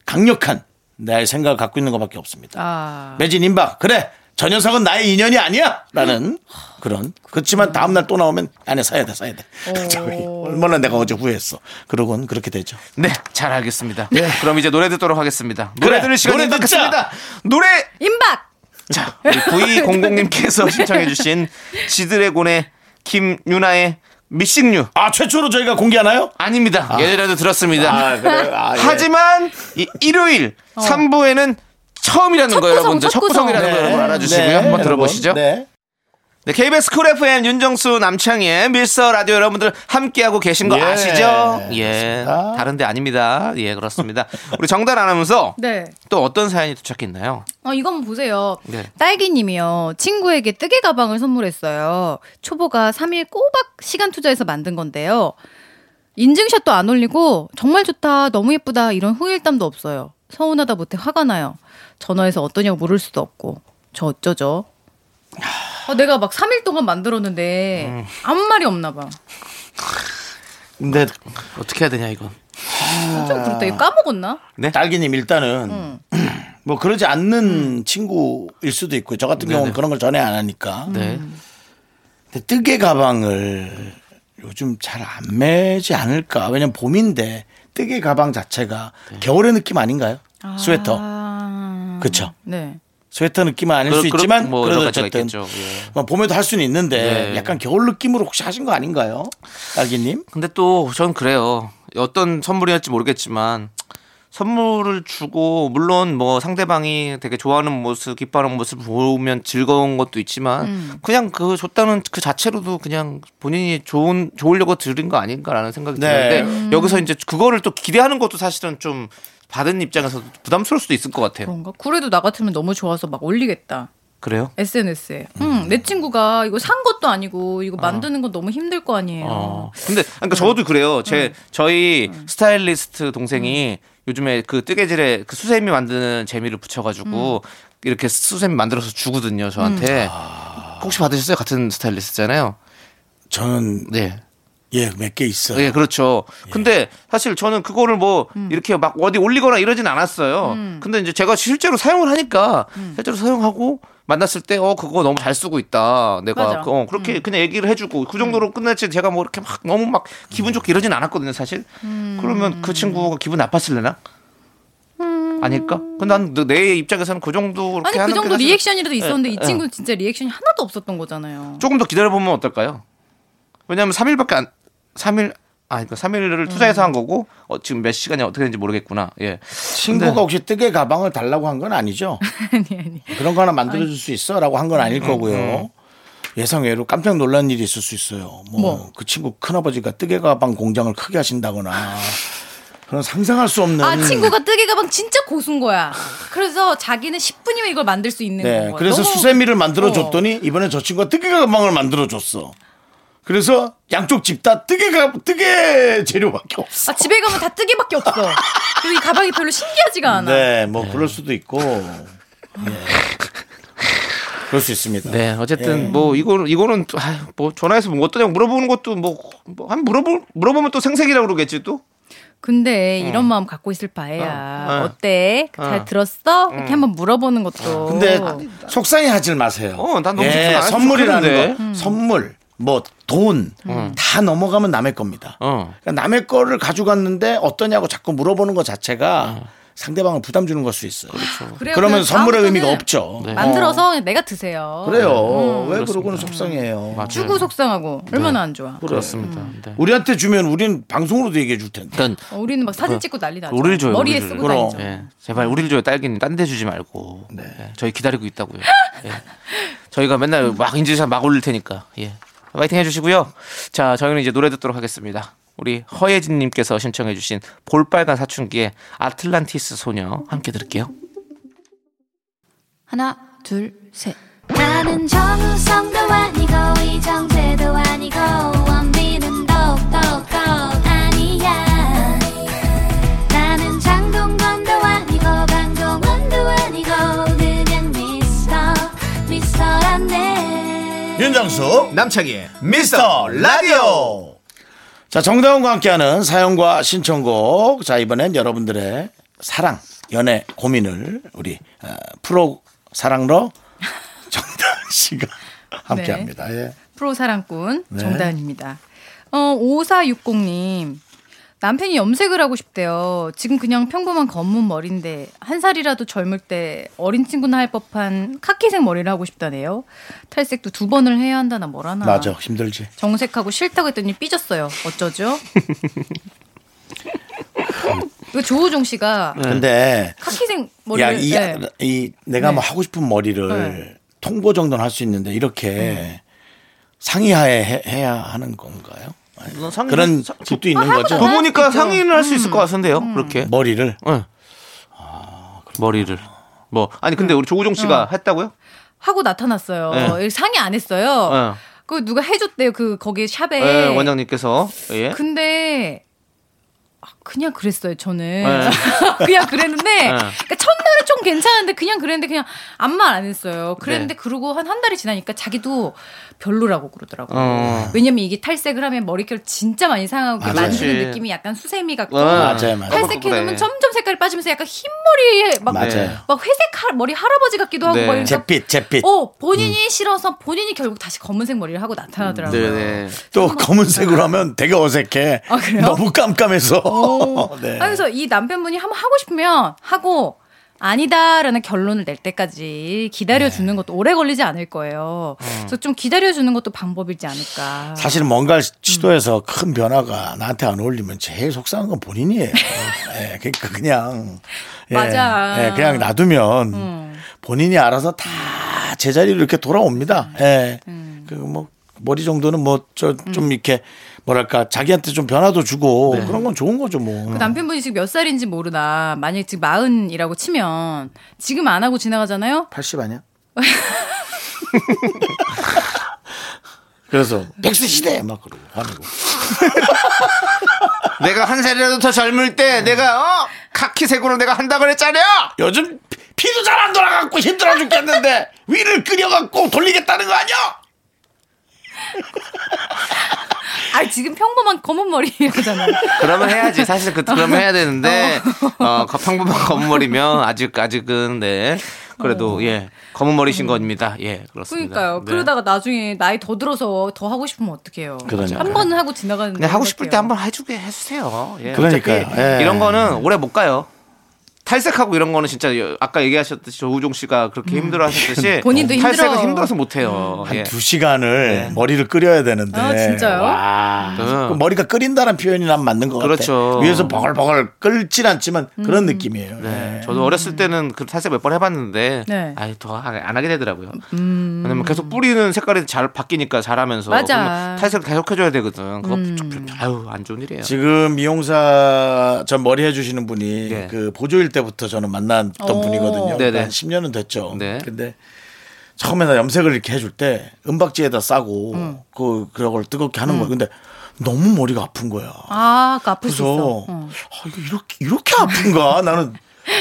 강력한 나의 생각을 갖고 있는 것밖에 없습니다. 아. 매진 임박 그래 저 녀석은 나의 인연이 아니야라는 그런 그렇지만 다음 날 또 나오면 안에 사야 돼 사야 돼 저기 얼마나 내가 어제 후회했어 그러곤 그렇게 되죠 네, 잘 알겠습니다. 그럼 이제 노래 듣도록 하겠습니다. 노래 네. 그래, 들을 시간이 노래 듣자. 듣겠습니다. 노래 임박! 자, 우리 9200님께서 신청해주신 지드래곤의 김유나의 미싱류 아 최초로 저희가 공개하나요? 아닙니다. 예전에도 들었습니다. 그래요? 아, 예. 하지만 이 일요일 3부에는 처음이라는 첫 거 여러분들 첫 구성, 어. 첫 구성. 구성이라는 거 여러분 네, 알아주시고요. 네, 한번 여러분. 들어보시죠. 네. 네, KBS 쿨 FM 윤정수 남창희의 밀서 라디오 여러분들 함께하고 계신 거 예, 아시죠? 예. 그렇습니다. 다른데 아닙니다. 예, 그렇습니다. 우리 정단 아나운서 네. 또 어떤 사연이 도착했나요? 어, 이거 한번 보세요. 네. 딸기님이요. 친구에게 뜨개 가방을 선물했어요. 초보가 3일 꼬박 시간 투자해서 만든 건데요. 인증샷도 안 올리고 정말 좋다, 너무 예쁘다 이런 후일담도 없어요. 서운하다 못해 화가 나요. 전화해서 어떠냐고 물을 수도 없고 저 어쩌죠? 어, 내가 막 3일 동안 음. 만들었는데 아무 말이 없나 봐. 근데 어떻게 해야 되냐, 이건. 아. 좀 그렇다. 이거 까먹었나? 네? 딸기님 일단은 음. 뭐 그러지 않는 친구일 수도 있고 저 같은 경우는 그런 걸 전혀 안 하니까. 네. 근데 뜨개 가방을 요즘 잘 안 매지 않을까. 왜냐면 봄인데 뜨개 가방 자체가 네. 겨울의 느낌 아닌가요? 스웨터. 아... 그쵸. 네. 스웨터 느낌은 아닐 그러- 수 그러- 있지만 뭐 그래도 여러 가지가 어쨌든 있겠죠. 예. 뭐 봄에도 할 수는 있는데 네. 약간 겨울 느낌으로 혹시 하신 거 아닌가요? 딸기님? 근데 또 전 그래요. 어떤 선물이었지 모르겠지만 선물을 주고 물론 뭐 상대방이 되게 좋아하는 모습, 기뻐하는 모습 보면 즐거운 것도 있지만 그냥 그 줬다는 그 자체로도 그냥 본인이 좋은 좋으려고 드린 거 아닌가라는 생각이 네. 드는데 여기서 이제 그거를 또 기대하는 것도 사실은 좀 받은 입장에서 부담스러울 수도 있을 것 같아요. 그런가? 그래도 나 같으면 너무 좋아서 막 올리겠다. 그래요? SNS에. 음. 응, 내 친구가 이거 산 것도 아니고 어. 이거 만드는 건 너무 힘들 거 아니에요. 어. 근데 그러니까 저도 그래요. 제 저희 스타일리스트 동생이 요즘에 그 뜨개질에 그 수세미 만드는 재미를 붙여가지고 이렇게 수세미 만들어서 주거든요. 저한테 혹시 받으셨어요? 같은 스타일리스트잖아요. 저는 네. 예, 몇 개 있어요. 예, 그렇죠. 근데 사실 저는 그거를 뭐 음. 이렇게 막 어디 올리거나 이러진 않았어요. 근데 이제 제가 실제로 사용을 하니까 음. 실제로 사용하고 만났을 때 어 그거 너무 잘 쓰고 있다. 맞아. 음. 내가 그- 어, 그렇게 그냥 얘기를 해주고 그 정도로 끝날지 제가 뭐 이렇게 막 너무 막 기분 음. 좋게 이러진 않았거든요, 사실. 음. 그러면 그 친구가 기분 나빴을래나? 아닐까? 근데 난 내 입장에서는 그 정도 그렇게 음. 아니 그 하는 게 정도 사실- 리액션이라도 있었는데 예, 이 예. 친구는 진짜 리액션이 하나도 없었던 거잖아요. 조금 더 기다려보면 어떨까요? 왜냐하면 3일밖에 안, 3일, 아니, 그 3일을 투자해서 한 거고, 어, 지금 몇 시간이 어떻게 되는지 모르겠구나. 예. 친구가 혹시 뜨개 가방을 달라고 한 건 아니죠? 아니 아니. 그런 거 하나 만들어줄 수 있어라고 한 건 아닐 음, 거고요. 예상외로 깜짝 놀란 일이 있을 수 있어요. 뭐 그 뭐? 친구 큰아버지가 뜨개 가방 공장을 크게 하신다거나 그런 상상할 수 없는. 아 친구가 뜨개 가방 진짜 고수인 거야. 그래서 자기는 10분이면 이걸 만들 수 있는 네, 거야. 그래서 너무- 수세미를 만들어 줬더니 이번에 저 친구가 뜨개 가방을 만들어 줬어. 그래서 양쪽 집 다 뜨개가 뜨개 재료밖에 없어. 아 집에 가면 다 뜨개밖에 없어. 그리고 이 가방이 별로 신기하지가 않아. 네, 뭐 그럴 수도 있고. 예. 그럴 수 있습니다. 네, 어쨌든 뭐 이거는 이거는 또, 아유, 뭐 전화해서 뭐 어떠냐고 물어보는 것도 뭐한 물어보 물어보면 또 생색이라고 그러겠지 또. 근데 어. 이런 마음 갖고 있을 바에야 어, 어. 어, 때잘 들었어? 이렇게 한번 물어보는 것도. 음. 아, 근데 속상해 하질 마세요. 어, 난 너무 속상 예, 안 했으면 선물이라는 좋겠는데. 음. 거, 선물, 뭐 돈 다 넘어가면 남의 겁니다. 어. 그러니까 남의 거를 가져갔는데 어떠냐고 자꾸 물어보는 것 자체가 상대방을 부담 주는 걸 수 있어요. 그렇죠. 그래요. 그러면 그냥 선물의 다음부터는 의미가 없죠. 네. 만들어서 그냥 내가 드세요. 음. 그래요. 음. 왜 그러고는 속상해요. 주고 속상하고 네. 얼마나 안 좋아. 그렇습니다. 네. 우리한테 주면 우린 방송으로도 얘기해 줄 텐데. 일단 어, 우리는 막그 사진 찍고 난리 나죠. 우리를 줘요, 머리에 우리를. 쓰고 그럼. 다니죠. 예, 제발 우리를 줘요 딸기님 딴 데 주지 말고. 예, 저희 기다리고 있다고요. 예. 저희가 맨날 막 인증샷 막 올릴 테니까. 예. 파이팅 해주시고요. 자, 저희는 이제 노래 듣도록 하겠습니다. 우리 허예진님께서 신청해주신 볼빨간 사춘기의 아틀란티스 소녀 함께 들을게요. 하나, 둘, 셋. 나는 정우성도 아니고 이정재도 아니고 원빈은 더욱더 아니야 나는 장동건도 아니고 강동원도 아니고 그냥 미스터 미스터란데 예. 윤정수 남창희의 미스터 라디오 자, 정다운과 함께하는 사연과 신청곡. 자, 이번엔 여러분들의 사랑, 연애 고민을 우리 어, 프로 사랑러 정다운 씨가 함께 네. 합니다. 예. 프로 사랑꾼 정다은입니다. 어, 5460님. 남편이 염색을 하고 싶대요. 지금 그냥 평범한 검은 머리인데 한 살이라도 젊을 때 어린 친구나 할 법한 카키색 머리를 하고 싶다네요. 탈색도 두 번을 해야 한다나 뭐라나. 맞아. 힘들지. 정색하고 싫다고 했더니 삐졌어요. 어쩌죠? 이거 그 조우종 씨가 근데 카키색 네. 머리를 네. 야, 이, 네. 이 내가 뭐 네. 하고 싶은 머리를 네. 통보 정도는 할 수 있는데 이렇게 상의하에 해- 해야 하는 건가요? 아니, 물론 뭐 상의- 그런 사- 집도 있는 거죠. 그 보니까 상의는 할 수 있을 것 같은데요. 그렇게. 머리를 응. 예. 아, 머리를. 뭐 아니 근데 우리 조우종 씨가 했다고요? 하고 나타났어요. 네. 상의 안 했어요. 네. 그 누가 해줬대요. 그 거기 샵에. 예, 원장님께서 예. 근데 아, 그냥 그랬어요. 저는 네. 그냥 그랬는데 그러니까 첫날은 좀 괜찮은데 그냥 그랬는데 그냥 아무 말 안 했어요. 그랬는데 네. 그러고 한 한 달이 지나니까 자기도 별로라고 그러더라고요. 어. 왜냐면 이게 탈색을 하면 머릿결 진짜 많이 상하고 이렇게 맞아요. 만지는 그렇지. 느낌이 약간 수세미 같고 아, 맞아요, 맞아요. 탈색해놓으면 그래. 점점 색깔이 빠지면서 약간 흰 머리 막, 맞아요. 막 회색 할- 머리 할아버지 같기도 하고 네. 음. 막 이러니까 잿빛 잿빛 어 본인이 싫어서 본인이 결국 다시 검은색 머리를 하고 나타나더라고요. 네네. 또 검은색으로 하면 되게 어색해. 아, 그래요? 너무 깜깜해서. 오. 네. 아, 그래서 이 남편분이 한번 하고 싶으면 하고 아니다라는 결론을 낼 때까지 기다려 주는 네. 것도 오래 걸리지 않을 거예요. 그래서 좀 기다려 주는 것도 방법이지 않을까. 어. 사실 뭔가를 음. 시도해서 큰 변화가 나한테 안 어울리면 제일 속상한 건 본인이에요. 예, 그러니까 그냥 예, 맞아. 음. 예, 그냥 놔두면 본인이 알아서 다 제자리로 이렇게 돌아옵니다. 음. 예. 그뭐 머리 정도는 뭐 저 좀 이렇게 뭐랄까 자기한테 좀 변화도 주고 그런 건 좋은 거죠 뭐. 네. 그 남편분이 지금 몇 살인지 모르나 만약에 지금 마흔이라고 치면 지금 안 하고 지나가잖아요. 80 아니야? 그래서 백수 시대 막 그러고 하는 거. 내가 한 살이라도 더 젊을 때 내가 어 카키색으로 내가 한다 그랬잖아요. 요즘 피- 피도 잘 안 돌아가고 힘들어 죽겠는데 위를 끓여갖고 돌리겠다는 거 아니야? 아 지금 평범한 검은 머리라잖아요. 그러면 해야지. 사실 그 그러면 해야 되는데 어 거- 평범한 검은 머리면 아직 아직은 네 그래도 예 검은 머리신 겁니다. 예 그렇습니다. 그러니까요. 네. 그러다가 나중에 나이 더 들어서 더 하고 싶으면 어떡해요. 그러니까요. 한 번은 하고 지나가는 그냥 하고 싶을 때 같아요. 한번 해주게 해주세요. 예, 그러니까요. 어차피 예. 이런 거는 오래 못 가요. 탈색하고 이런 거는 진짜 여- 아까 얘기하셨듯이 조우종 씨가 그렇게 힘들어하셨듯이 음. 본인도 탈색은 힘들어. 음. 힘들어서 못 해요. 예. 두 시간을 머리를 끓여야 되는데. 아, 진짜요? 네. 와. 음. 그 머리가 끓인다는 표현이 난 맞는 것 그렇죠. 같아. 위에서 버글버글 끓진 않지만 그런 느낌이에요. 네. 저도 어렸을 때는 그 탈색 몇 번 해봤는데 네. 음. 아이 더안 하게 되더라고요. 왜냐면 계속 뿌리는 색깔이 잘 바뀌니까 잘하면서 맞아. 음. 그러면 탈색을 계속 해줘야 되거든. 그거 좀 불- 아유 안 좋은 일이에요. 지금 미용사 전 머리 해주시는 분이 네. 그 보조일 때부터 저는 만났던 오. 분이거든요. 어. 네네. 한 10년은 됐죠. 네. 근데 처음에 나 염색을 이렇게 해줄 때 은박지에다 싸고 음. 그 그걸 뜨겁게 하는 거예요. 근데 너무 머리가 아픈 거야. 아, 그 아플 수 그래서 있어. 어. 아, 이거 이렇게 이렇게 아픈가? 나는 어.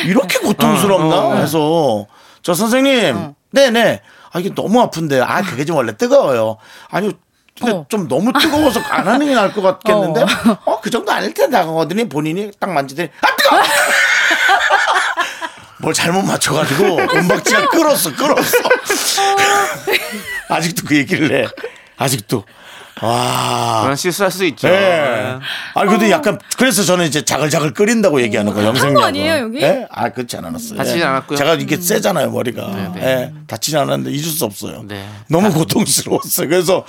이렇게 고통스럽나? 해서 저 선생님, 네네. 아 이게 너무 아픈데, 아 그게 좀 원래 뜨거워요. 아니 근데 어. 좀 너무 뜨거워서 안 하는 게 나을 것 같겠는데, 어 그 정도 아닐 텐데 하거든요. 본인이 딱 만지더니 아 뜨거. 워뭘 잘못 맞춰가지고 아, 은박지가 끌었어, 끌었어. 아직도 그 얘기를 해. 아직도. 와. 그런 실수할 수 있죠. 네. 아 어. 근데 약간 그래서 저는 이제 자글자글 끓인다고 얘기하는 거예요. 영생력. 아니에요, 여기? 예? 아 그렇지 않았어요. 다치진 예. 않았고요. 제가 이게 세잖아요 머리가. 네. 예. 다치지 않았는데 잊을 수 없어요. 네. 너무 고통스러웠어요. 그래서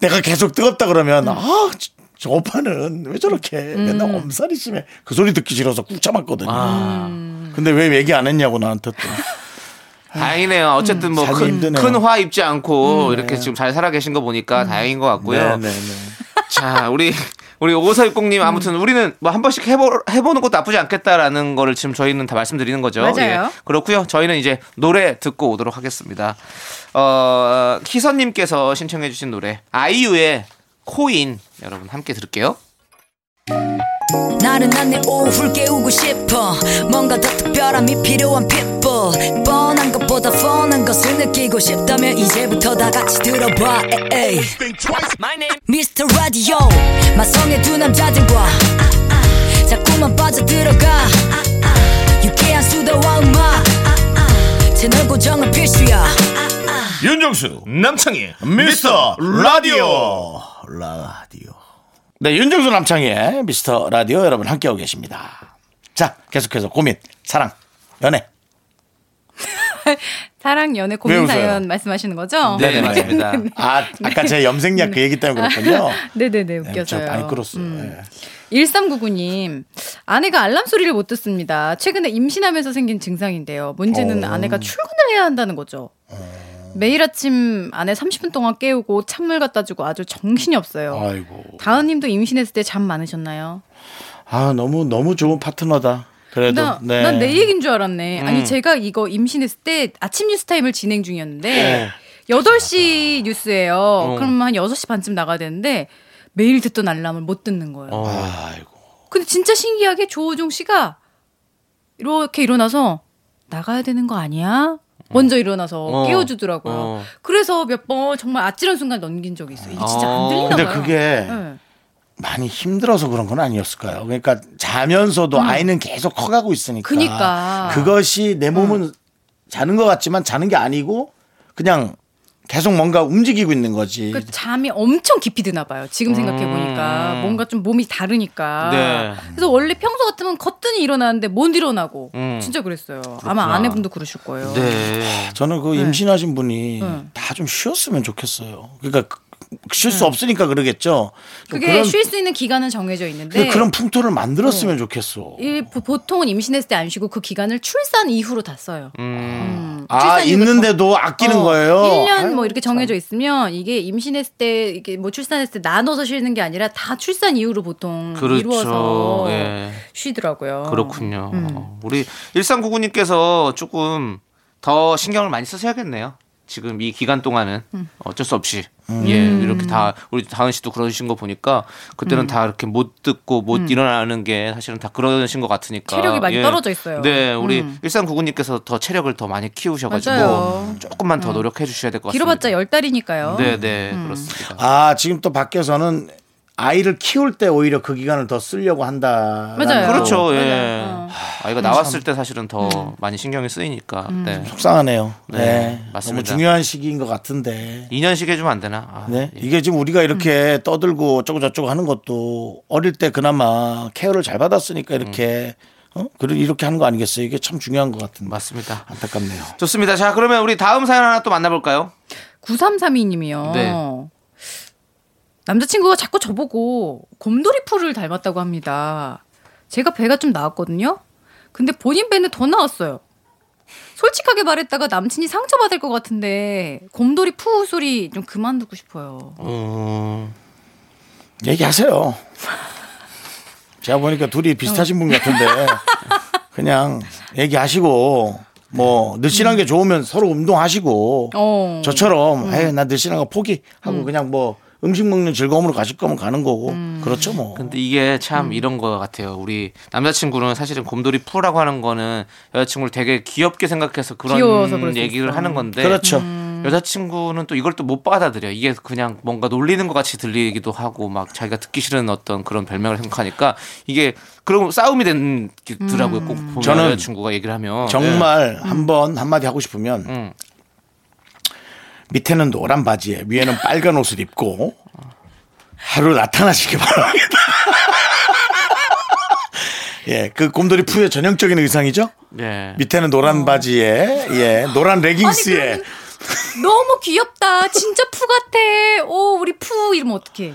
내가 계속 뜨겁다 그러면 아. 저- 저 오빠는 왜 저렇게 맨날 음. 엄살이 심해 그 소리 듣기 싫어서 꾹 참았거든요. 아. 근데 왜 얘기 안 했냐고 나한테 또 다행이네요. 어쨌든 살기 힘드네요. 음, 네. 뭐큰 화 입지 않고 이렇게 지금 잘 살아 계신 거 보니까 다행인 것 같고요. 자, 우리 우리 오사육공님 음. 아무튼 우리는 뭐 한 번씩 해보, 해보는 것도 나쁘지 않겠다라는 거를 지금 저희는 다 말씀드리는 거죠. 예. 맞아요. 그렇고요. 저희는 이제 노래 듣고 오도록 하겠습니다. 어, 희선님께서 신청해주신 노래 아이유의 코인 여러분 함께 들을게요. 나른한 내 오후를 깨우고 싶어 뭔가 더 특별함이 필요한 people 뻔한 것보다 뻔한 것을 느끼고 싶다면 이제부터 다 같이 들어봐 에이. Mr. Radio 마성의 두 남자들과 자꾸만 빠져들어가 유쾌한 수다와 음악 채널 고정은 필수야 윤정수 남창희 미스터 라디오 라디오 네 윤정수 남창희의 미스터 라디오 여러분 함께하고 계십니다 자 계속해서 고민 사랑 연애 사랑 연애 왜 고민 웃어요? 사연 말씀하시는 거죠? 네, 맞습니다. 아 아까 제 염색약 그 얘기 때문에 그렇군요 네네네 네, 저 웃겨서요. 음. 많이 끌었어요 예. 1399님 아내가 알람 소리를 못 어. 듣습니다. 최근에 임신하면서 생긴 증상인데요. 문제는 아내가 출근을 해야 한다는 거죠. 매일 아침 아내 30분 동안 깨우고 찬물 갖다 주고 아주 정신이 네. 없어요. 아이고. 다은님도 임신했을 때 잠 많으셨나요? 아 너무 너무 좋은 파트너다. 그래도 나, 네. 음. 난 내 얘기인 줄 알았네. 아니 제가 이거 임신했을 때 아침 뉴스타임을 진행 네. 중이었는데 8시 뉴스예요. 어. 그럼 한 6시 반쯤 나가야 되는데 매일 듣던 알람을 못 듣는 거예요. 아이고. 근데 진짜 신기하게 조호종 씨가 이렇게 일어나서 나가야 되는 거 아니야? 먼저 일어나서 어. 깨워주더라고요. 어. 그래서 몇 번 정말 아찔한 순간 넘긴 적이 있어요. 이게 진짜 안 어. 들리나 근데 봐요. 그게 네. 많이 힘들어서 그런 건 아니었을까요? 그러니까 자면서도 아이는 계속 커가고 있으니까. 음. 그니까. 음. 그것이 내 몸은 자는 것 같지만 자는 게 아니고 그냥 계속 뭔가 움직이고 있는 거지. 그 잠이 엄청 깊이 드나 봐요. 지금 생각해 보니까 뭔가 좀 몸이 다르니까. 네. 그래서 원래 평소 같으면 거뜬히 일어나는데 못 일어나고 음. 진짜 그랬어요. 아마 아내분도 그러실 거예요. 네. 저는 그 임신하신 분이 응. 다 좀 쉬었으면 좋겠어요. 그러니까 쉴 수 없으니까 그러겠죠. 좀 네. 그게 네. 쉴 수 있는 기간은 정해져 있는데 근데 그런 풍토를 네. 만들었으면 좋겠어. 일- 보- 보통은 임신했을 때 안 쉬고 그 기간을 출산 이후로 다 써요. 음, 아 출산 이후로 있는데도 아끼는 거예요. 어, 1년 아유, 뭐 이렇게 정해져 있으면 이게 임신했을 때 이게 뭐 출산했을 때 나눠서 쉬는 게 아니라 다 출산 이후로 보통 그렇죠. 이루어서 예. 쉬더라고요. 그렇군요. 아, 음. 어, 우리 1399님께서 조금 더 신경을 많이 쓰셔야겠네요. 지금 이 기간 동안은 음. 어쩔 수 없이 예 이렇게 다 우리 다은 씨도 그러신 거 보니까 음. 그때는 다 이렇게 못 듣고 못 일어나는 게 사실은 다 그러신 것 같으니까 예. 체력이 많이 떨어져 있어요. 네 우리 음. 1399님께서 더 체력을 더 많이 키우셔가지고 맞아요. 음. 조금만 더 노력해 주셔야 될 것 같습니다. 길어봤자 음. 열 달이니까요. 네네 그렇습니다. 아 지금 또 밖에서는 아이를 키울 때 오히려 그 기간을 더 쓰려고 한다. 맞아요. 그렇죠. 맞아요. 예. 어. 음. 아이가 나왔을 때 사실은 더 많이 신경이 쓰이니까. 네. 속상하네요. 네, 네, 너무 맞습니다. 중요한 시기인 것 같은데. 2년씩 해주면 안 되나? 아, 네. 예. 이게 지금 우리가 이렇게 떠들고 어쩌고 저쩌고 하는 것도 어릴 때 그나마 케어를 잘 받았으니까 이렇게 어? 그런 이렇게 하는 거 아니겠어요? 이게 참 중요한 것 같은데. 맞습니다. 안타깝네요. 좋습니다. 자, 그러면 우리 다음 사연 하나 또 만나볼까요? 9332님이요. 네. 남자친구가 자꾸 저보고 곰돌이 풀을 닮았다고 합니다. 제가 배가 좀 나왔거든요. 근데 본인 배는 더 나왔어요. 솔직하게 말했다가 남친이 상처받을 것 같은데 곰돌이 푸 소리 좀 그만 듣고 싶어요. 얘기하세요. 제가 보니까 둘이 비슷하신 분 같은데 그냥 얘기하시고 뭐 늘씬한 게 좋으면 서로 운동하시고 어. 저처럼 에이, 나 늘씬한 거 포기하고 그냥 뭐 음식 먹는 즐거움으로 가실 거면 가는 거고 그렇죠 뭐. 근데 이게 참 이런 거 같아요. 우리 남자친구는 사실은 곰돌이 푸라고 하는 거는 여자친구를 되게 귀엽게 생각해서 귀여워서 그럴 그런 수 얘기를 있어. 음. 하는 건데. 그렇죠. 여자친구는 또 이걸 또 못 받아들여. 이게 그냥 뭔가 놀리는 것 같이 들리기도 하고 막 자기가 듣기 싫은 어떤 그런 별명을 생각하니까 이게 그런 싸움이 되더라고요. 음. 꼭 보면 저는 여자친구가 얘기를 하면 정말 한번 한마디 하고 싶으면 음. 밑에는 노란 바지에 위에는 빨간 옷을 입고 하루 나타나시기 바랍니다. 예, 그 곰돌이 푸의 전형적인 의상이죠. 네. 밑에는 노란 바지에 예, 노란 레깅스에 아니, 그러면- 너무 귀엽다. 진짜 푸 같아. 오 우리 푸 이러면 어떡해.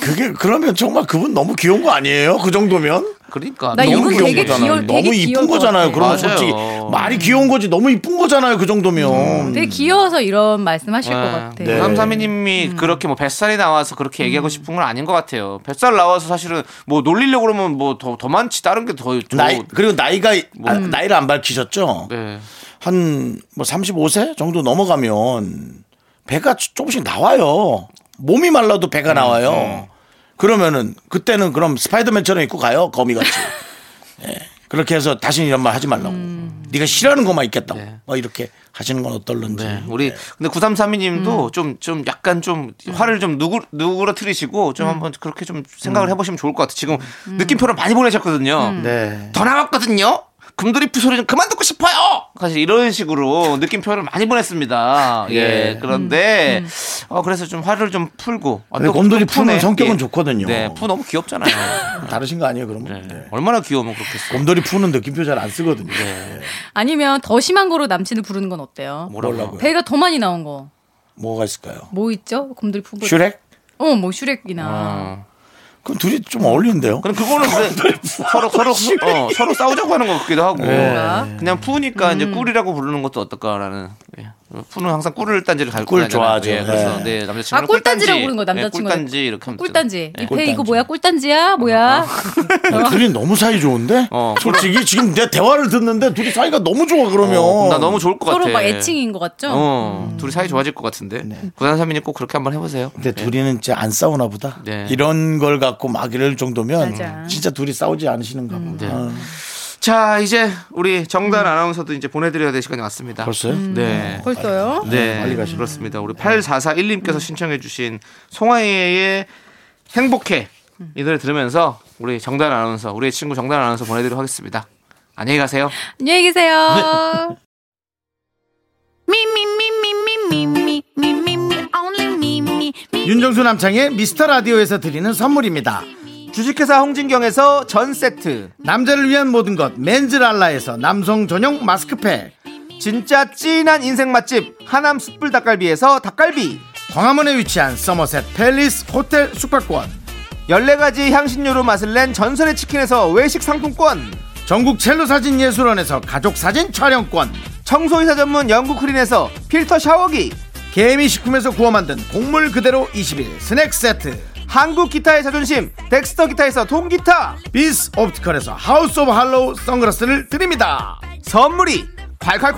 그게 그러면 정말 그분 너무 귀여운 거 아니에요? 그 정도면 그러니까 나 너무 이분 귀여운 되게 거잖아요. 귀여울- 되게 너무 이쁜 귀여울 것 거잖아요. 같아. 그러면 맞아요. 음. 솔직히 말이 귀여운 거지 너무 이쁜 거잖아요. 그 정도면 되게 귀여워서 이런 말씀하실 것 같아. 음. 네. 삼삼이님이 그렇게 뭐 뱃살이 나와서 그렇게 얘기하고 싶은 건 아닌 것 같아요. 뱃살 나와서 사실은 뭐 놀리려고 그러면 뭐 더 더 많지 다른 게 더 나이 좋. 그리고 나이가 아, 음. 나이를 안 밝히셨죠? 뭐 네. 한 뭐 35세 정도 넘어가면 배가 조- 조금씩 나와요. 몸이 말라도 음, 배가 나와요. 네. 그러면은 그때는 그럼 스파이더맨처럼 입고 가요. 거미같이. 예. 그렇게 해서 다시는 이런 말 하지 말라고. 음. 네가 싫어하는 것만 입겠다고. 네. 뭐 이렇게 하시는 건 어떨런지. 네. 우리 음. 근데 9332님도 좀 좀 약간 좀 화를 좀 누구 누그러뜨리시고 음. 좀 한번 그렇게 좀 생각을 해보시면 좋을 것 같아요. 지금 느낌표를 많이 보내셨거든요. 네. 더 나왔거든요. 금드리프 소리 좀 그만 듣고 싶어요. 사실 이런 식으로 느낌표를 많이 보냈습니다. 예. 예. 그런데 어 그래서 좀 화를 좀 풀고. 아, 근데 또 곰돌이 푸네. 푸는 성격은 예. 좋거든요. 네, 푸 너무 귀엽잖아요. 다르신 거 아니에요, 그러면? 네. 네. 얼마나 귀여우면 그렇겠어요. 곰돌이 푸는 느낌표 잘 안 쓰거든요. 네. 네. 아니면 더 심한 거로 남친을 부르는 건 어때요? 뭐라고요? 배가 더 많이 나온 거. 뭐가 있을까요? 뭐 있죠? 곰돌이 푸보. 슈렉? 아, 어, 뭐 슈렉이나. 어. 그럼 둘이 좀 어울리는데요? 그럼 그거는 근데 서로 서로 어, 서로 싸우자고 하는 것 같기도 하고 네. 그냥 푸니까 음. 이제 꿀이라고 부르는 것도 어떨까라는 예. 푸는 항상 꿀을 단지를 갈고 꿀 다니잖아요. 좋아하죠. 예, 그래서 예. 네 남자친구 아 꿀단지라고 부르는 거 남자친구는 네, 꿀단지 이렇게 하면 꿀단지 되잖아요. 이 예. 배 이거 꿀단지. 뭐야 꿀단지야 아, 뭐야 야, 네, 둘이 너무 사이 좋은데? 어, 솔직히 지금 내 대화를 듣는데 둘이 사이가 너무 좋아 그러면. 어, 그럼 나 너무 좋을 것 같아. 서로 막 애칭인 것 같죠? 어, 음. 둘이 사이 좋아질 것 같은데. 네. 구산 삼인님 꼭 그렇게 한번 해보세요. 근데 둘이는 이제 안 싸우나 보다. 네. 이런 걸 갖고 막 이럴 정도면 맞아. 진짜 둘이 싸우지 않으시는가 보다. 네. 아, 자, 이제 우리 정단 음. 아나운서도 이제 보내드려야 될 시간이 왔습니다. 벌써요? 네. 벌써요? 네. 그렇습니다. 우리 8441님께서 신청해주신 송하이의 행복해. 이 노래 들으면서 우리 정단 아나운서, 우리의 친구 정단 아나운서 보내드리도록 하겠습니다. 안녕히 가세요. 안녕히 계세요. 윤정수 남창의 미스터 라디오에서 드리는 선물입니다. 주식회사 홍진경에서 전 세트. 남자를 위한 모든 것 맨즈랄라에서 남성 전용 마스크팩 진짜 찐한 인생 맛집 하남 숯불 닭갈비에서 닭갈비. 광화문에 위치한 서머셋 팰리스 호텔 숙박권 14가지 향신료로 맛을 낸 전설의 치킨에서 외식 상품권 전국 첼로 사진 예술원에서 가족 사진 촬영권 청소이사 전문 영국 크린에서 필터 샤워기 개미식품에서 구워 만든 곡물 그대로 20일 스낵 세트 한국 기타의 자존심 덱스터 기타에서 통기타 비스 옵티컬에서 하우스 오브 할로우 선글라스를 드립니다 선물이 콸콸콸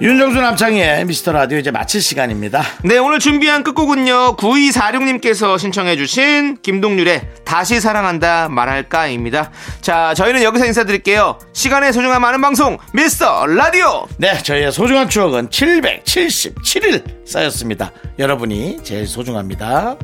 윤정수 남창의 미스터 라디오 이제 마칠 시간입니다 네 오늘 준비한 끝곡은요 9246님께서 신청해주신 김동률의 다시 사랑한다 말할까입니다 자 저희는 여기서 인사드릴게요 시간의 소중함 아는 방송 미스터 라디오 네 저희의 소중한 추억은 777일 쌓였습니다 여러분이 제일 소중합니다